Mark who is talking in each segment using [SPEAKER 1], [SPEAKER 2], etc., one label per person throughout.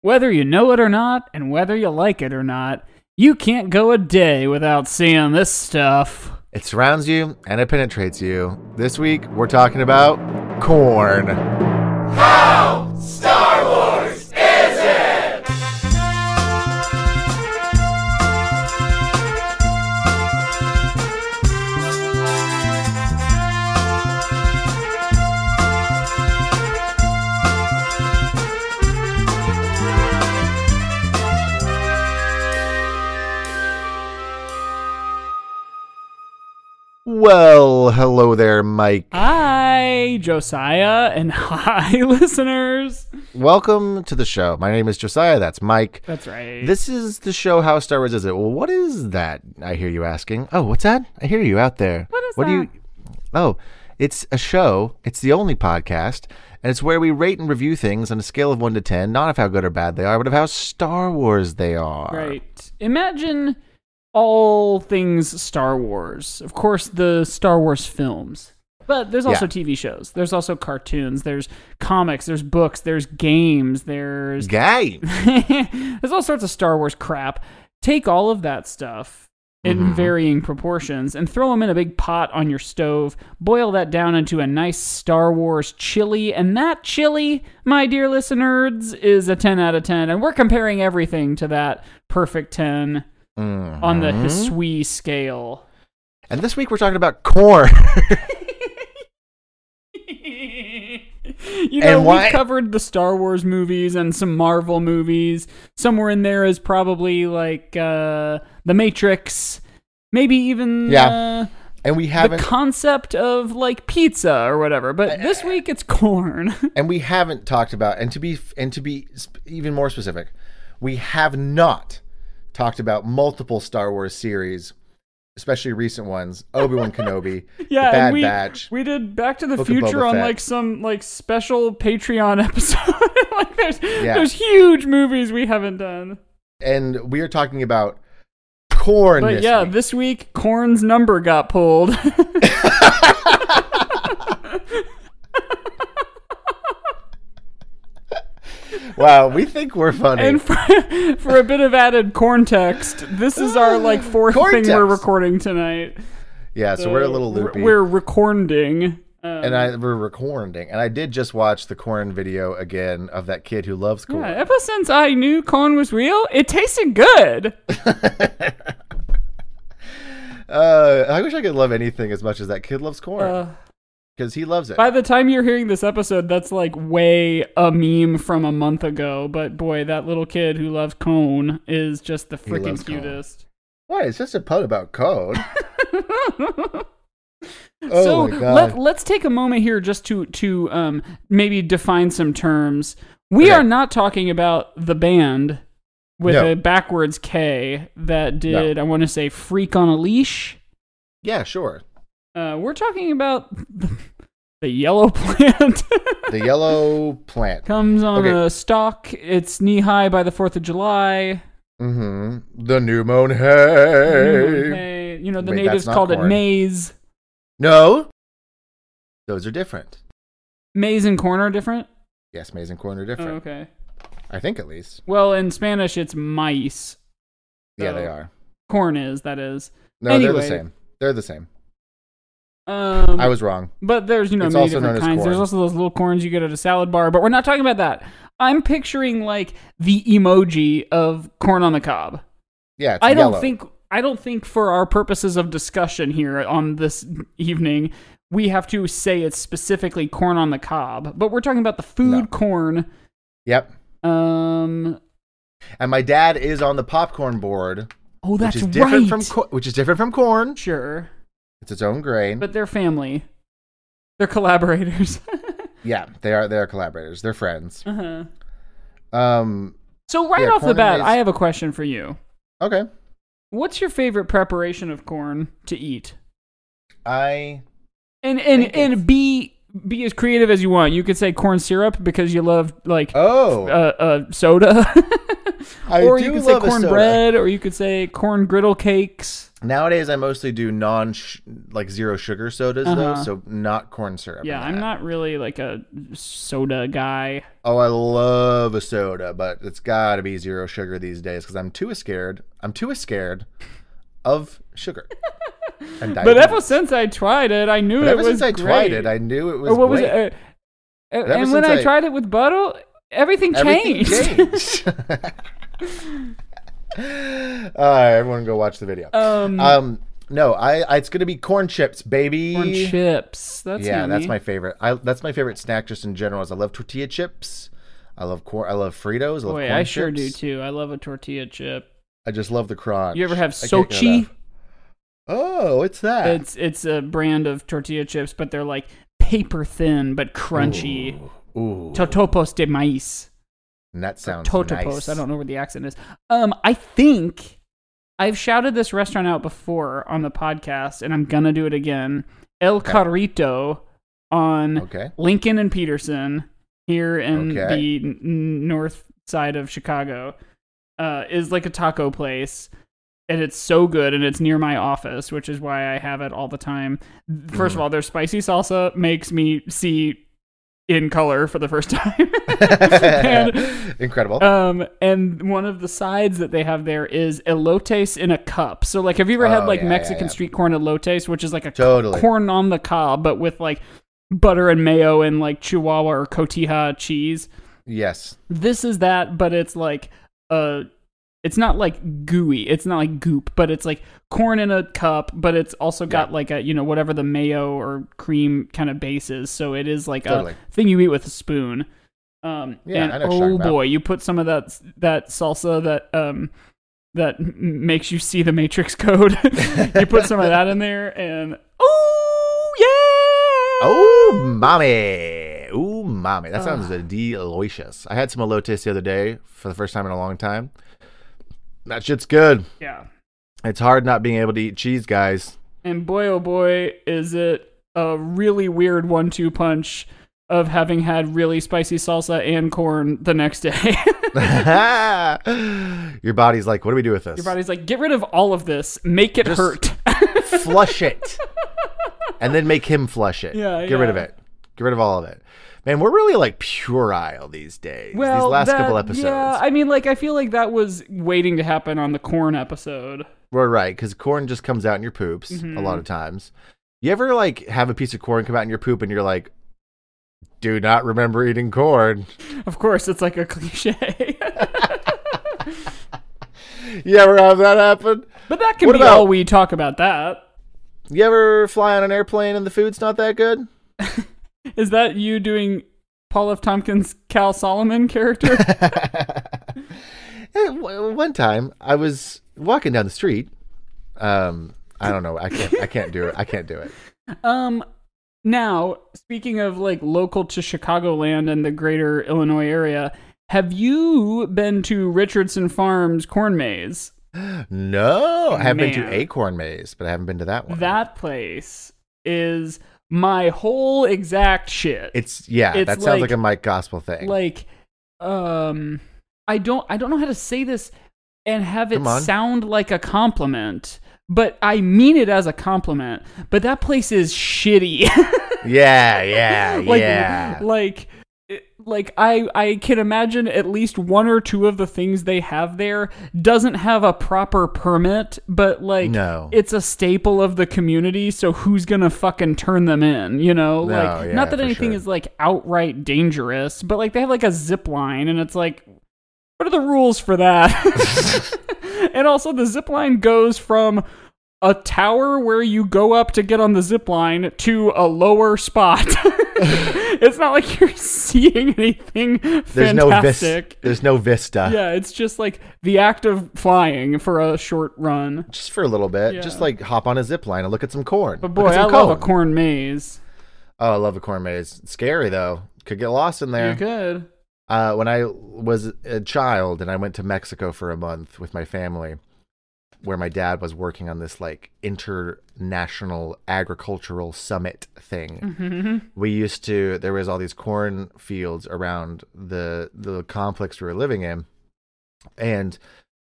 [SPEAKER 1] Whether you know it or not, and whether you like it or not, you can't go a day without seeing this stuff.
[SPEAKER 2] It surrounds you and it penetrates you. This week, we're talking about corn. Well, hello there, Mike.
[SPEAKER 1] Hi, Josiah, and hi, listeners.
[SPEAKER 2] Welcome to the show. My name is Josiah. That's Mike.
[SPEAKER 1] That's right.
[SPEAKER 2] This is the show How Star Wars Is It? Well, what is that? I hear you asking. Oh, what's that? I hear you out there.
[SPEAKER 1] What is
[SPEAKER 2] what
[SPEAKER 1] that?
[SPEAKER 2] Do you... Oh, it's a show. It's the only podcast, and it's where we rate and review things on a scale of 1 to 10, not of how good or bad they are, but of how Star Wars they are.
[SPEAKER 1] Right. Imagine all things Star Wars. Of course, the Star Wars films. But there's also
[SPEAKER 2] Yeah.
[SPEAKER 1] TV shows. There's also cartoons. There's comics. There's books. There's games. There's
[SPEAKER 2] Gay.
[SPEAKER 1] there's all sorts of Star Wars crap. Take all of that stuff in
[SPEAKER 2] Mhm.
[SPEAKER 1] varying proportions and throw them in a big pot on your stove. Boil that down into a nice Star Wars chili. And that chili, my dear listeners, is a 10 out of 10. And we're comparing everything to that perfect 10 on the
[SPEAKER 2] Mhm.
[SPEAKER 1] Hisui scale.
[SPEAKER 2] And this week we're talking about corn.
[SPEAKER 1] You know,
[SPEAKER 2] And why-
[SPEAKER 1] we've covered the Star Wars movies and some Marvel movies. Somewhere in there is probably like uh, The Matrix, maybe even
[SPEAKER 2] Yeah. and we
[SPEAKER 1] uh, the
[SPEAKER 2] haven't
[SPEAKER 1] concept of like pizza or whatever. But this week it's corn.
[SPEAKER 2] and we haven't talked about and to be and to be sp- even more specific we have not talked about multiple star wars series especially recent ones obi-wan kenobi
[SPEAKER 1] yeah,
[SPEAKER 2] the
[SPEAKER 1] and
[SPEAKER 2] bad
[SPEAKER 1] we,
[SPEAKER 2] batch
[SPEAKER 1] we did Back to the
[SPEAKER 2] Book of
[SPEAKER 1] Future
[SPEAKER 2] Boba
[SPEAKER 1] on
[SPEAKER 2] Fett.
[SPEAKER 1] like some like special Patreon episode. like there's
[SPEAKER 2] Yeah.
[SPEAKER 1] there's huge movies we haven't done.
[SPEAKER 2] and we are talking about corn
[SPEAKER 1] But
[SPEAKER 2] this
[SPEAKER 1] yeah,
[SPEAKER 2] week.
[SPEAKER 1] this week Corn's number got pulled.
[SPEAKER 2] wow we think we're funny
[SPEAKER 1] And for, for a bit of added context, this is our like fourth thing we're
[SPEAKER 2] Cortex.
[SPEAKER 1] recording tonight.
[SPEAKER 2] yeah so, we're a little
[SPEAKER 1] We're-
[SPEAKER 2] loopy
[SPEAKER 1] We're recording. Um,
[SPEAKER 2] and I we're recording, and I did just watch the corn video again of that kid who loves corn.
[SPEAKER 1] yeah, ever since I knew corn was real, it tasted good.
[SPEAKER 2] Uh, I wish I could love anything as much as that kid loves corn
[SPEAKER 1] Uh,
[SPEAKER 2] because he loves it.
[SPEAKER 1] by the time you're hearing this episode, that's like way a meme from a month ago. But boy, that little kid who loves cone is just the
[SPEAKER 2] loves
[SPEAKER 1] freaking
[SPEAKER 2] cone.
[SPEAKER 1] cutest.
[SPEAKER 2] Why? It's just a pun about code. oh
[SPEAKER 1] so
[SPEAKER 2] my god!
[SPEAKER 1] let let's take a moment here just to to um maybe define some terms. We
[SPEAKER 2] Okay.
[SPEAKER 1] are not talking about the band with
[SPEAKER 2] No.
[SPEAKER 1] a backwards K that did I want to say "Freak on a Leash."
[SPEAKER 2] yeah, sure.
[SPEAKER 1] Uh, we're talking about the, the yellow plant
[SPEAKER 2] The yellow plant.
[SPEAKER 1] comes on
[SPEAKER 2] Okay.
[SPEAKER 1] a stalk. It's knee high by the Fourth of July.
[SPEAKER 2] hmm The new moon hay.
[SPEAKER 1] Hey, You know the
[SPEAKER 2] Wait, that's
[SPEAKER 1] natives
[SPEAKER 2] not
[SPEAKER 1] called it
[SPEAKER 2] corn.
[SPEAKER 1] maize.
[SPEAKER 2] No, those are different.
[SPEAKER 1] Maize and corn are different.
[SPEAKER 2] Yes, maize and corn are
[SPEAKER 1] Oh,
[SPEAKER 2] different.
[SPEAKER 1] okay.
[SPEAKER 2] I think at least.
[SPEAKER 1] Well, in Spanish, it's maíz.
[SPEAKER 2] Yeah, they
[SPEAKER 1] So-
[SPEAKER 2] are.
[SPEAKER 1] Corn is that is.
[SPEAKER 2] No, they're
[SPEAKER 1] Anyway.
[SPEAKER 2] the same. They're the same.
[SPEAKER 1] Um,
[SPEAKER 2] I was wrong.
[SPEAKER 1] but there's you know
[SPEAKER 2] It's
[SPEAKER 1] many
[SPEAKER 2] also known
[SPEAKER 1] different
[SPEAKER 2] as
[SPEAKER 1] kinds. There's
[SPEAKER 2] corn.
[SPEAKER 1] also those little corns you get at a salad bar, but we're not talking about that. I'm picturing like the emoji of corn on the cob.
[SPEAKER 2] Yeah, it's
[SPEAKER 1] I don't
[SPEAKER 2] yellow.
[SPEAKER 1] think I don't think for our purposes of discussion here on this evening we have to say it's specifically corn on the cob, but we're talking about the food
[SPEAKER 2] No.
[SPEAKER 1] corn.
[SPEAKER 2] Yep.
[SPEAKER 1] Um.
[SPEAKER 2] And my dad is on the popcorn board,
[SPEAKER 1] Oh, that's
[SPEAKER 2] which is different
[SPEAKER 1] right.
[SPEAKER 2] from co- which is different from corn.
[SPEAKER 1] sure,
[SPEAKER 2] It's its own grain.
[SPEAKER 1] but they're family. They're collaborators.
[SPEAKER 2] yeah, they are. They are collaborators. They're friends.
[SPEAKER 1] uh-huh.
[SPEAKER 2] Um.
[SPEAKER 1] So right
[SPEAKER 2] Yeah,
[SPEAKER 1] off
[SPEAKER 2] corn
[SPEAKER 1] the
[SPEAKER 2] and
[SPEAKER 1] bat,
[SPEAKER 2] maize.
[SPEAKER 1] I have a question for you.
[SPEAKER 2] Okay.
[SPEAKER 1] What's your favorite preparation of corn to eat?
[SPEAKER 2] I
[SPEAKER 1] And and
[SPEAKER 2] think it's-
[SPEAKER 1] and be be as creative as you Uh, want. You could say corn syrup because you love like
[SPEAKER 2] oh
[SPEAKER 1] uh, uh soda.
[SPEAKER 2] I
[SPEAKER 1] or
[SPEAKER 2] do
[SPEAKER 1] you could say
[SPEAKER 2] love a soda.
[SPEAKER 1] cornbread, or you could say corn griddle cakes.
[SPEAKER 2] Nowadays, I mostly do non sh- like zero sugar sodas though,
[SPEAKER 1] Uh-huh.
[SPEAKER 2] so not corn syrup.
[SPEAKER 1] Yeah,
[SPEAKER 2] in
[SPEAKER 1] I'm
[SPEAKER 2] that.
[SPEAKER 1] not really like a soda guy.
[SPEAKER 2] Oh, I love a soda, but it's got to be zero sugar these days because I'm too scared. I'm too scared of sugar. and
[SPEAKER 1] But
[SPEAKER 2] diabetes.
[SPEAKER 1] ever since I tried it, I knew
[SPEAKER 2] But
[SPEAKER 1] it
[SPEAKER 2] ever
[SPEAKER 1] was
[SPEAKER 2] since I
[SPEAKER 1] great.
[SPEAKER 2] tried it, I knew it was.
[SPEAKER 1] or what was
[SPEAKER 2] great.
[SPEAKER 1] it? Uh, uh,
[SPEAKER 2] ever
[SPEAKER 1] and when
[SPEAKER 2] since
[SPEAKER 1] I,
[SPEAKER 2] I-
[SPEAKER 1] tried it with Buttle, everything,
[SPEAKER 2] Everything changed. All right, everyone, go watch the video.
[SPEAKER 1] um,
[SPEAKER 2] Um, no, I, I it's gonna be corn chips, baby.
[SPEAKER 1] corn chips. That's
[SPEAKER 2] yeah, that's
[SPEAKER 1] yummy.
[SPEAKER 2] my favorite. I that's my favorite snack just in general. Is I love tortilla chips. I love corn. I love Fritos. I love
[SPEAKER 1] Boy,
[SPEAKER 2] corn
[SPEAKER 1] I sure do
[SPEAKER 2] chips.
[SPEAKER 1] too. I love a tortilla chip.
[SPEAKER 2] I just love the crunch.
[SPEAKER 1] You ever have
[SPEAKER 2] I can't get
[SPEAKER 1] Sochi?
[SPEAKER 2] enough. Oh, what's that?
[SPEAKER 1] It's it's a brand of tortilla chips, but they're like paper thin but crunchy.
[SPEAKER 2] Ooh,
[SPEAKER 1] Totopos de maíz.
[SPEAKER 2] and that sounds
[SPEAKER 1] Totopos.
[SPEAKER 2] nice.
[SPEAKER 1] I don't know where the accent is. Um, I think I've shouted this restaurant out before on the podcast, and I'm gonna do it again. El
[SPEAKER 2] Okay.
[SPEAKER 1] Carrito on
[SPEAKER 2] Okay.
[SPEAKER 1] Lincoln and Peterson here in
[SPEAKER 2] Okay.
[SPEAKER 1] the n- n- north side of Chicago uh, is like a taco place. And it's so good, and it's near my office, which is why I have it all the time. 1st of
[SPEAKER 2] Mm.
[SPEAKER 1] all, their spicy salsa makes me see in color for the first time. and,
[SPEAKER 2] Incredible.
[SPEAKER 1] um, and one of the sides that they have there is elotes in a cup. So, like, have you ever
[SPEAKER 2] Oh,
[SPEAKER 1] had like
[SPEAKER 2] yeah, yeah,
[SPEAKER 1] Mexican
[SPEAKER 2] yeah.
[SPEAKER 1] street corn elotes, which is like a
[SPEAKER 2] Totally.
[SPEAKER 1] corn on the cob, but with like butter and mayo and like Chihuahua or Cotija cheese?
[SPEAKER 2] yes.
[SPEAKER 1] This is that, but it's like uh It's not like gooey. It's not like goop, but it's like corn in a cup, but it's also got like a, you know, whatever the mayo or cream kind of base is. So it is like
[SPEAKER 2] Totally.
[SPEAKER 1] a thing you eat with a spoon. Um,
[SPEAKER 2] Yeah,
[SPEAKER 1] and
[SPEAKER 2] I know what you're
[SPEAKER 1] oh
[SPEAKER 2] talking about.
[SPEAKER 1] boy, you put some of that that salsa that um that m- makes you see the Matrix code. you put some of that in there, and oh yeah,
[SPEAKER 2] Oh, mommy. Ooh, mommy. That sounds delicious. I had some elotes the other day for the first time in a long time. That shit's good.
[SPEAKER 1] yeah.
[SPEAKER 2] It's hard not being able to eat cheese, guys.
[SPEAKER 1] And boy, oh boy, is it a really weird one two punch of having had really spicy salsa and corn the next day.
[SPEAKER 2] Your body's like, what do we do with this?
[SPEAKER 1] Your body's like, get rid of all of this, make it
[SPEAKER 2] Just-
[SPEAKER 1] hurt.
[SPEAKER 2] flush it. and then make him flush it.
[SPEAKER 1] Yeah,
[SPEAKER 2] Get rid of
[SPEAKER 1] yeah.
[SPEAKER 2] it. Get rid of all of it. Man, we're really like puerile these days.
[SPEAKER 1] well,
[SPEAKER 2] these last
[SPEAKER 1] that-
[SPEAKER 2] couple episodes.
[SPEAKER 1] Yeah, I mean, like, I feel like that was waiting to happen on the corn episode.
[SPEAKER 2] We're right, because corn just comes out in your poops a
[SPEAKER 1] Mm-hmm.
[SPEAKER 2] lot of times. You ever like have a piece of corn come out in your poop and you're like, do not remember eating corn.
[SPEAKER 1] Of course, it's like a cliche.
[SPEAKER 2] You ever have that happen?
[SPEAKER 1] but that can
[SPEAKER 2] What
[SPEAKER 1] be
[SPEAKER 2] about-
[SPEAKER 1] all we talk about that.
[SPEAKER 2] You ever fly on an airplane and the food's not that good?
[SPEAKER 1] Is that you doing Paul F. Tompkins' Cal Solomon character?
[SPEAKER 2] Eh, w- One time I was walking down the street. Um, I don't know. I can't I can't do it. I can't do it.
[SPEAKER 1] um now, speaking of like local to Chicagoland and the greater Illinois area, have you been to Richardson Farms corn maze?
[SPEAKER 2] No. I have been
[SPEAKER 1] Man.
[SPEAKER 2] to Acorn Maze, but I haven't been to that one.
[SPEAKER 1] That place is my whole exact shit.
[SPEAKER 2] it's yeah,
[SPEAKER 1] It's
[SPEAKER 2] that
[SPEAKER 1] like-
[SPEAKER 2] sounds like, a Mike Gospel thing.
[SPEAKER 1] like um i don't i don't know how to say this and have it
[SPEAKER 2] Come on.
[SPEAKER 1] sound like a compliment but i mean it as a compliment but that place is shitty
[SPEAKER 2] Yeah, yeah,
[SPEAKER 1] like
[SPEAKER 2] Ah, yeah.
[SPEAKER 1] like it- like I, I can imagine at least one or two of the things they have there doesn't have a proper permit, but like
[SPEAKER 2] No.
[SPEAKER 1] it's a staple of the community, so who's gonna fucking turn them in, you know?
[SPEAKER 2] No,
[SPEAKER 1] like
[SPEAKER 2] yeah,
[SPEAKER 1] not that
[SPEAKER 2] for
[SPEAKER 1] anything
[SPEAKER 2] sure.
[SPEAKER 1] is like outright dangerous, but like they have like a zip line and it's like what are the rules for that? and also the zip line goes from a tower where you go up to get on the zip line to a lower spot. it's not like you're seeing anything
[SPEAKER 2] There's no vista.
[SPEAKER 1] fantastic.
[SPEAKER 2] There's no vista.
[SPEAKER 1] yeah, it's just like the act of flying for a short run.
[SPEAKER 2] Just for a little bit.
[SPEAKER 1] Yeah.
[SPEAKER 2] Just like hop on a zip line and look at some corn.
[SPEAKER 1] But
[SPEAKER 2] Look
[SPEAKER 1] boy,
[SPEAKER 2] at some
[SPEAKER 1] I love a corn maze.
[SPEAKER 2] Oh, I love a corn maze. It's scary though. Could get lost in
[SPEAKER 1] You
[SPEAKER 2] there.
[SPEAKER 1] could.
[SPEAKER 2] Uh, when I was a child and I went to Mexico for a month with my family, where my dad was working on this like international agricultural summit thing. We used to there was all these corn fields around the the complex we were living in, and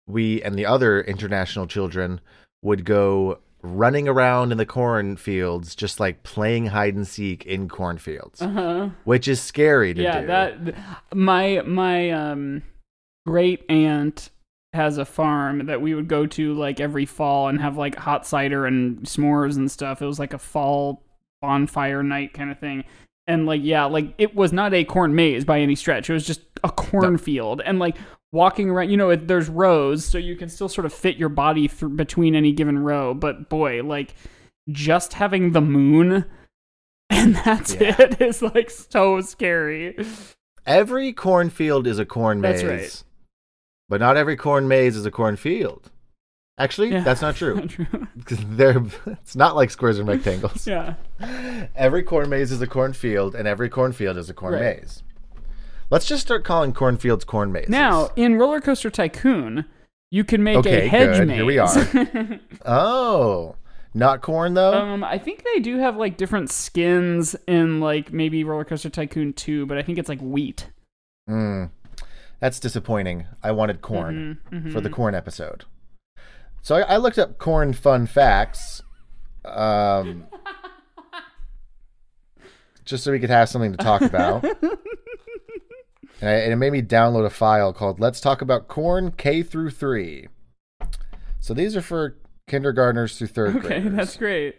[SPEAKER 2] we and the other international children would go running around in the cornfields just like playing hide and seek in cornfields
[SPEAKER 1] Uh-huh.
[SPEAKER 2] which is scary to
[SPEAKER 1] yeah
[SPEAKER 2] do
[SPEAKER 1] that th- my my um great aunt has a farm that we would go to like every fall and have like hot cider and s'mores and stuff it was like a fall bonfire night kind of thing and like yeah like it was not a corn maze by any stretch it was just a cornfield and like walking around you know it, there's rows so you can still sort of fit your body thr between any given row but boy like just having the moon and that's
[SPEAKER 2] Yeah.
[SPEAKER 1] it is like so scary
[SPEAKER 2] every cornfield is a corn maze
[SPEAKER 1] That's right.
[SPEAKER 2] but not every corn maze is a cornfield actually
[SPEAKER 1] Yeah.
[SPEAKER 2] that's not true
[SPEAKER 1] Not true.
[SPEAKER 2] 'Cause they're it's not like squares and rectangles
[SPEAKER 1] yeah.
[SPEAKER 2] every corn maze is a cornfield and every cornfield is a corn
[SPEAKER 1] Right.
[SPEAKER 2] maze let's just start calling cornfields corn mazes
[SPEAKER 1] Now, in Roller Coaster Tycoon, you can make
[SPEAKER 2] Okay,
[SPEAKER 1] a hedge
[SPEAKER 2] good.
[SPEAKER 1] maze.
[SPEAKER 2] Here we oh not corn though
[SPEAKER 1] um, I think they do have like different skins in like maybe Roller Coaster Tycoon 2, but I think it's like wheat.
[SPEAKER 2] Mm. That's disappointing. I wanted corn
[SPEAKER 1] Mm-hmm,
[SPEAKER 2] for the corn episode. So I, I looked up corn fun facts. Um, just so we could have something to talk about. and, I, and it made me download a file called Let's Talk About Corn K through 3. So these are for kindergartners through third
[SPEAKER 1] Okay,
[SPEAKER 2] graders.
[SPEAKER 1] that's great.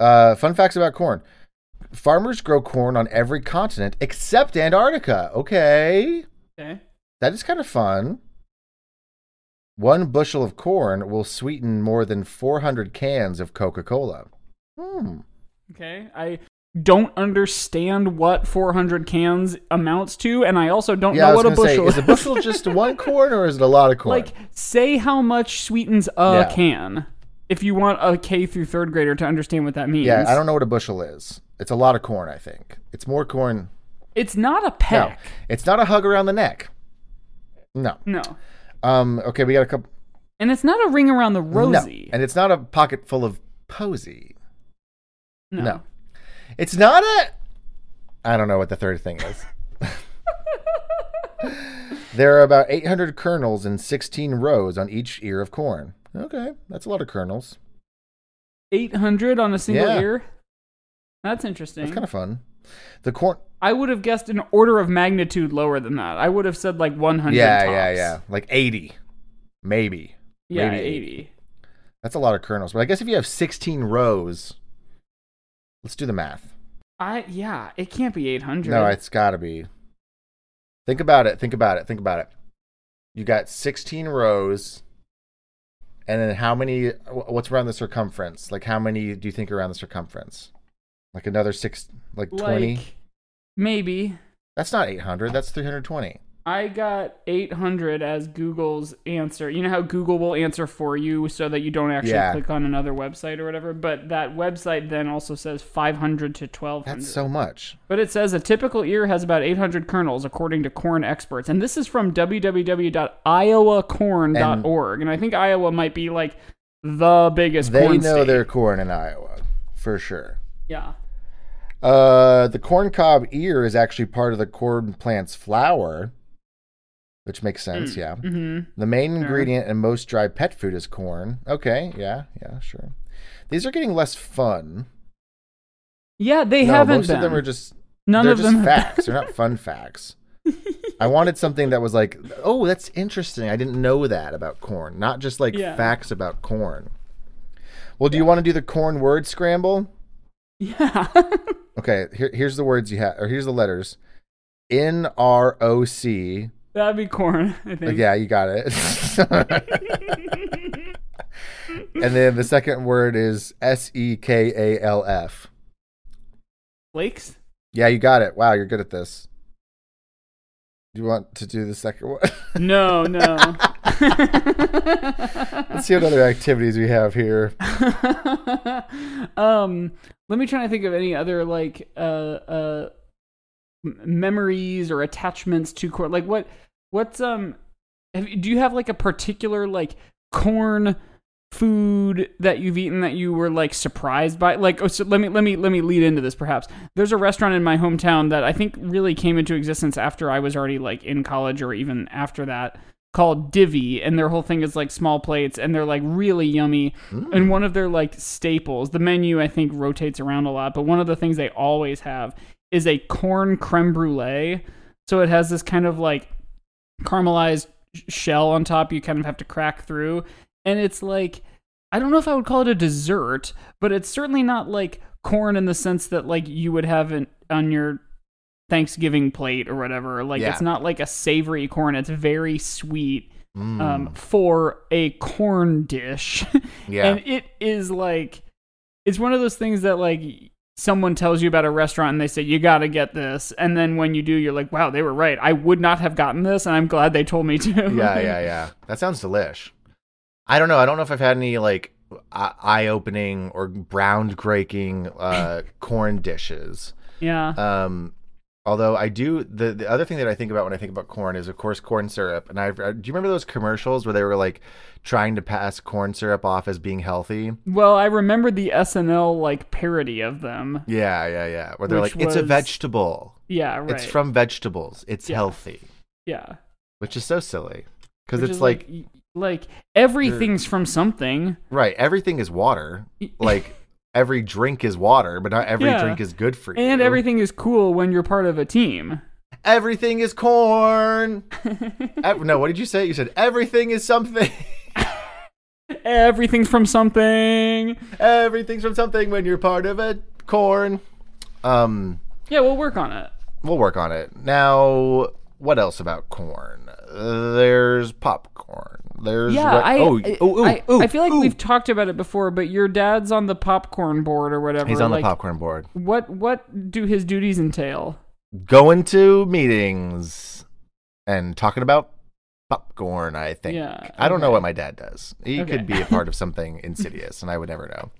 [SPEAKER 2] Uh, fun facts about corn. Farmers grow corn on every continent except Antarctica. Okay.
[SPEAKER 1] Okay.
[SPEAKER 2] That is kind of fun. One bushel of corn will sweeten more than 400 cans of Coca Cola. Hmm.
[SPEAKER 1] Okay. I don't understand what 400 cans amounts to, and I also don't
[SPEAKER 2] Yeah, I
[SPEAKER 1] know
[SPEAKER 2] was
[SPEAKER 1] what a
[SPEAKER 2] going to say,
[SPEAKER 1] bushel
[SPEAKER 2] is a bushel just one corn or is it a lot of corn?
[SPEAKER 1] Like, say how much sweetens a
[SPEAKER 2] Yeah.
[SPEAKER 1] can if you want a K through third grader to understand what that means.
[SPEAKER 2] yeah, I don't know what a bushel is. It's a lot of corn, I think. It's more corn.
[SPEAKER 1] It's not a
[SPEAKER 2] No,
[SPEAKER 1] peck.
[SPEAKER 2] it's not a hug around the neck. No.
[SPEAKER 1] No.
[SPEAKER 2] Um. Okay, we got a couple.
[SPEAKER 1] And it's not a ring around the
[SPEAKER 2] No.
[SPEAKER 1] rosy.
[SPEAKER 2] And it's not a pocket full of posy.
[SPEAKER 1] No.
[SPEAKER 2] no. It's not a. I don't know what the third thing is. there are about 800 kernels in 16 rows on each ear of corn. Okay, that's a lot of kernels.
[SPEAKER 1] 800 on a single
[SPEAKER 2] Yeah.
[SPEAKER 1] ear? That's interesting.
[SPEAKER 2] That's kind of fun. The corn.
[SPEAKER 1] I would have guessed an order of magnitude lower than that. I would have said like 100
[SPEAKER 2] Yeah,
[SPEAKER 1] tops.
[SPEAKER 2] yeah, yeah. Like 80, maybe.
[SPEAKER 1] Yeah,
[SPEAKER 2] Maybe
[SPEAKER 1] 80.
[SPEAKER 2] That's a lot of kernels. But I guess if you have 16 rows, let's do the math.
[SPEAKER 1] I yeah, it can't be 800.
[SPEAKER 2] No, it's got to be. Think about it. Think about it. Think about it. You got 16 rows. And then how many? wh- What's around the circumference? Like, how many do you think are around the circumference? Like another six, like 20?
[SPEAKER 1] like maybe
[SPEAKER 2] That's not 800. That's 320.
[SPEAKER 1] I got 800 as Google's answer. You know how Google will answer for you so that you don't actually
[SPEAKER 2] Yeah.
[SPEAKER 1] click on another website or whatever, but that website then also says 500 to 1200.
[SPEAKER 2] That's so much.
[SPEAKER 1] But it says a typical ear has about 800 kernels, according to corn experts. And this is from www.iowacorn.org. And I think Iowa might be like the biggest
[SPEAKER 2] They
[SPEAKER 1] corn
[SPEAKER 2] know
[SPEAKER 1] state.
[SPEAKER 2] their corn in Iowa, for sure.
[SPEAKER 1] Yeah.
[SPEAKER 2] Uh, the corn cob ear is actually part of the corn plant's flower, which makes sense. Yeah.
[SPEAKER 1] hmm
[SPEAKER 2] The main
[SPEAKER 1] Sure.
[SPEAKER 2] ingredient in most dry pet food is corn. Okay, yeah, yeah, sure. These are getting less fun.
[SPEAKER 1] Yeah, they
[SPEAKER 2] no,
[SPEAKER 1] haven't
[SPEAKER 2] most
[SPEAKER 1] been.
[SPEAKER 2] of them are just
[SPEAKER 1] None
[SPEAKER 2] they're
[SPEAKER 1] of
[SPEAKER 2] just
[SPEAKER 1] them have
[SPEAKER 2] facts. they're not fun facts. I wanted something that was like, oh, that's interesting. I didn't know that about corn. Not just like
[SPEAKER 1] Yeah.
[SPEAKER 2] facts about corn. Well, do you want to do the corn word scramble?
[SPEAKER 1] Yeah.
[SPEAKER 2] Okay, here, here's the words you have, or here's the letters. N R O C.
[SPEAKER 1] That'd be corn, I think.
[SPEAKER 2] Yeah, you got it. and then the second word is S E K A L F.
[SPEAKER 1] Flakes?
[SPEAKER 2] Yeah, you got it. Wow, you're good at this. Do you want to do the second one?
[SPEAKER 1] No, no.
[SPEAKER 2] Let's see what other activities we have here.
[SPEAKER 1] um, let me try to think of any other like uh uh m- memories or attachments to corn. Like what what's um have, you- do you have like a particular like corn food that you've eaten that you were like surprised by like oh, so let me let me let me lead into this perhaps there's a restaurant in my hometown that i think really came into existence after i was already like in college or even after that called divvy and their whole thing is like small plates and they're like really yummy and one of their like staples the menu i think rotates around a lot but one of the things they always have is a corn creme brulee so it has this kind of like caramelized shell on top you kind of have to crack through and it's like i don't know if i would call it a dessert but it's certainly not like corn in the sense that like you would have it on your thanksgiving plate or whatever like
[SPEAKER 2] Yeah.
[SPEAKER 1] it's not like a savory corn it's very sweet
[SPEAKER 2] Mm,
[SPEAKER 1] um, for a corn dish
[SPEAKER 2] yeah.
[SPEAKER 1] and it is like it's one of those things that like someone tells you about a restaurant and they say you got to get this and then when you do you're like wow they were right i would not have gotten this and i'm glad they told me to
[SPEAKER 2] yeah, yeah, yeah. That sounds delish. I don't know. I don't know if I've had any like eye opening or ground-breaking uh, corn dishes.
[SPEAKER 1] yeah
[SPEAKER 2] Um, although I do the the other thing that I think about when I think about corn is of course corn syrup. And I do you remember those commercials where they were like trying to pass corn syrup off as being healthy?
[SPEAKER 1] well i remember the snl like parody of them
[SPEAKER 2] Yeah, yeah, yeah. Where they're
[SPEAKER 1] Which
[SPEAKER 2] like, it's a
[SPEAKER 1] was-
[SPEAKER 2] vegetable.
[SPEAKER 1] yeah right
[SPEAKER 2] It's from vegetables. It's
[SPEAKER 1] Yeah.
[SPEAKER 2] healthy,
[SPEAKER 1] yeah
[SPEAKER 2] which is so silly because
[SPEAKER 1] Which
[SPEAKER 2] it's
[SPEAKER 1] is
[SPEAKER 2] like,
[SPEAKER 1] like like everything's from something
[SPEAKER 2] right, everything is water. Like every drink is water, but not every
[SPEAKER 1] Yeah.
[SPEAKER 2] drink is good for you.
[SPEAKER 1] and everything is cool when you're part of a team
[SPEAKER 2] everything is corn. Ev- no, what did you say? You said everything is something.
[SPEAKER 1] everything's from something
[SPEAKER 2] Everything's from something when you're part of a corn. Um,
[SPEAKER 1] yeah we'll work on it
[SPEAKER 2] we'll work on it. Now, what else about corn? Uh, there's popcorn. There's
[SPEAKER 1] Yeah,
[SPEAKER 2] what-
[SPEAKER 1] I,
[SPEAKER 2] oh,
[SPEAKER 1] I,
[SPEAKER 2] ooh, ooh,
[SPEAKER 1] I,
[SPEAKER 2] ooh,
[SPEAKER 1] I feel like
[SPEAKER 2] ooh.
[SPEAKER 1] we've talked about it before, but your dad's on the popcorn board or whatever.
[SPEAKER 2] He's on
[SPEAKER 1] like,
[SPEAKER 2] the popcorn board.
[SPEAKER 1] What what do his duties entail?
[SPEAKER 2] Going to meetings and talking about popcorn, I think.
[SPEAKER 1] Yeah,
[SPEAKER 2] I don't know
[SPEAKER 1] okay.
[SPEAKER 2] what my dad does. He
[SPEAKER 1] Okay.
[SPEAKER 2] could be a part of something insidious and I would never know.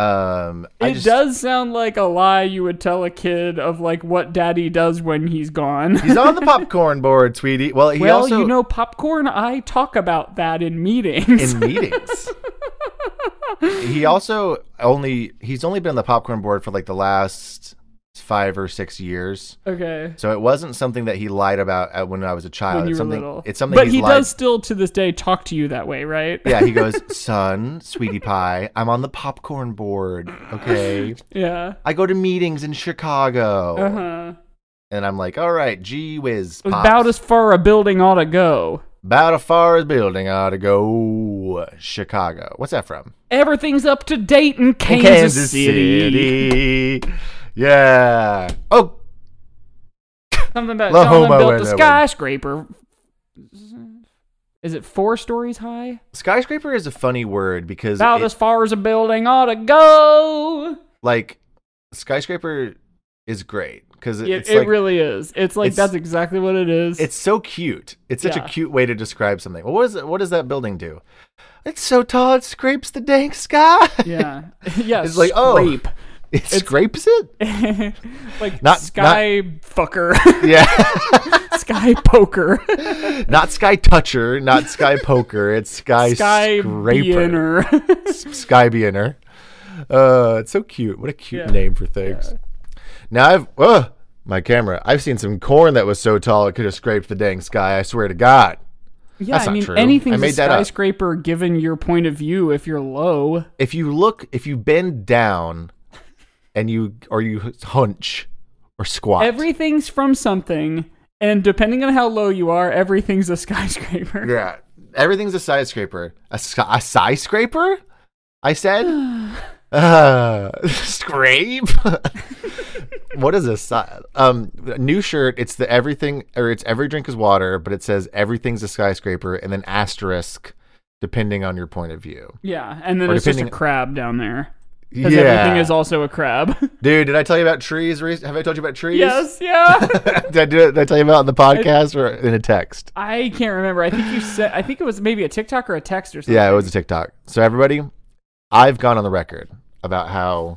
[SPEAKER 2] Um I
[SPEAKER 1] it
[SPEAKER 2] just,
[SPEAKER 1] does sound like a lie you would tell a kid of like what daddy does when he's gone.
[SPEAKER 2] He's on the popcorn board, sweetie. Well, he
[SPEAKER 1] well,
[SPEAKER 2] also
[SPEAKER 1] you know, popcorn. I talk about that in meetings.
[SPEAKER 2] in meetings. he also only he's only been on the popcorn board for like the last five or six years.
[SPEAKER 1] okay.
[SPEAKER 2] So it wasn't something that he lied about at- when I was a child.
[SPEAKER 1] When you
[SPEAKER 2] it's
[SPEAKER 1] were
[SPEAKER 2] something.
[SPEAKER 1] little,
[SPEAKER 2] It's something.
[SPEAKER 1] But
[SPEAKER 2] he's
[SPEAKER 1] he
[SPEAKER 2] lied-
[SPEAKER 1] does still to this day talk to you that way, right?
[SPEAKER 2] Yeah, he goes, son, sweetie pie, I'm on the popcorn board. Okay,
[SPEAKER 1] yeah.
[SPEAKER 2] I go to meetings in Chicago,
[SPEAKER 1] Uh huh.
[SPEAKER 2] and I'm like, all right, gee whiz, pops.
[SPEAKER 1] About as far a building ought to go.
[SPEAKER 2] about as far as building ought to go, Chicago. What's that from?
[SPEAKER 1] Everything's up to date in Kansas,
[SPEAKER 2] City. Yeah. Oh,
[SPEAKER 1] Something about
[SPEAKER 2] La
[SPEAKER 1] someone
[SPEAKER 2] Homo
[SPEAKER 1] built
[SPEAKER 2] and
[SPEAKER 1] a
[SPEAKER 2] that one.
[SPEAKER 1] skyscraper. Is it four stories high?
[SPEAKER 2] skyscraper is a funny word because
[SPEAKER 1] About
[SPEAKER 2] it-
[SPEAKER 1] as far as a building ought to go.
[SPEAKER 2] like skyscraper is great because
[SPEAKER 1] It,
[SPEAKER 2] it's
[SPEAKER 1] it
[SPEAKER 2] like
[SPEAKER 1] really is. It's like
[SPEAKER 2] it's-
[SPEAKER 1] that's exactly what it is.
[SPEAKER 2] it's so cute. It's such
[SPEAKER 1] Yeah.
[SPEAKER 2] a cute way to describe something. Well, what is what does that building do? It's so tall it scrapes the dank sky.
[SPEAKER 1] yeah, yeah.
[SPEAKER 2] It's like, oh.
[SPEAKER 1] scrape.
[SPEAKER 2] It scrapes it.
[SPEAKER 1] like
[SPEAKER 2] Not-
[SPEAKER 1] sky fucker,
[SPEAKER 2] Yeah,
[SPEAKER 1] sky poker,
[SPEAKER 2] not sky toucher, not sky poker. It's sky,
[SPEAKER 1] sky
[SPEAKER 2] scraper,
[SPEAKER 1] beginner.
[SPEAKER 2] sky beginner. Uh, it's so cute. What a cute
[SPEAKER 1] Yeah.
[SPEAKER 2] name for things. Now I've uh, my camera. I've seen some corn that was so tall it could have scraped the dang sky. I swear to God.
[SPEAKER 1] yeah,
[SPEAKER 2] That's
[SPEAKER 1] I
[SPEAKER 2] not
[SPEAKER 1] mean
[SPEAKER 2] true.
[SPEAKER 1] anything's
[SPEAKER 2] I made
[SPEAKER 1] a
[SPEAKER 2] that up.
[SPEAKER 1] skyscraper given your point of view. If you're low,
[SPEAKER 2] if you look if you bend down and you or you hunch or squat
[SPEAKER 1] everything's from something and depending on how low you are everything's a skyscraper
[SPEAKER 2] yeah everything's a skyscraper a, sky, a skyscraper i said uh, scrape what is this um new shirt it's the everything or it's every drink is water but it says everything's a skyscraper and then asterisk depending on your point of view
[SPEAKER 1] yeah and then
[SPEAKER 2] Or
[SPEAKER 1] it's just a
[SPEAKER 2] depending-
[SPEAKER 1] crab down there because everything is also a crab
[SPEAKER 2] dude did i tell you about trees Reese? have i told you about trees
[SPEAKER 1] yes yeah
[SPEAKER 2] did, I do it, did I tell you about it on the podcast or in a text?
[SPEAKER 1] i can't remember i think you said i think it was maybe a tiktok or a text or something
[SPEAKER 2] Yeah, it was a TikTok. So everybody, I've gone on the record about how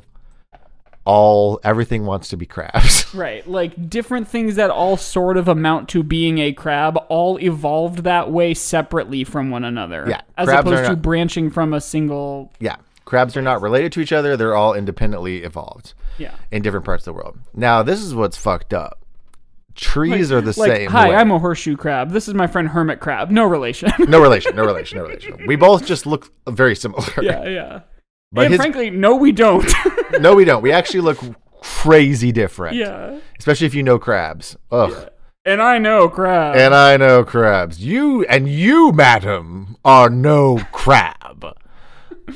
[SPEAKER 2] all everything wants to be crabs.
[SPEAKER 1] Right. Like different things that all sort of amount to being a crab all evolved that way separately from one another.
[SPEAKER 2] Yeah,
[SPEAKER 1] As
[SPEAKER 2] crabs
[SPEAKER 1] opposed
[SPEAKER 2] are
[SPEAKER 1] to
[SPEAKER 2] not-
[SPEAKER 1] branching from a single.
[SPEAKER 2] yeah. Crabs are not related to each other, they're all independently evolved
[SPEAKER 1] Yeah.
[SPEAKER 2] in different parts of the world. Now, this is what's fucked up. Trees are the
[SPEAKER 1] Like,
[SPEAKER 2] same.
[SPEAKER 1] hi,
[SPEAKER 2] way.
[SPEAKER 1] I'm a horseshoe crab. This is my friend Hermit Crab. No relation.
[SPEAKER 2] no relation, no relation, no relation. We both just look very similar.
[SPEAKER 1] yeah, yeah.
[SPEAKER 2] But
[SPEAKER 1] and
[SPEAKER 2] his-
[SPEAKER 1] frankly, no, we don't.
[SPEAKER 2] No, we don't. We actually look crazy different.
[SPEAKER 1] yeah.
[SPEAKER 2] Especially if you know crabs. Ugh.
[SPEAKER 1] And I know crab.
[SPEAKER 2] And I know crabs. You and you, madam, are no crab.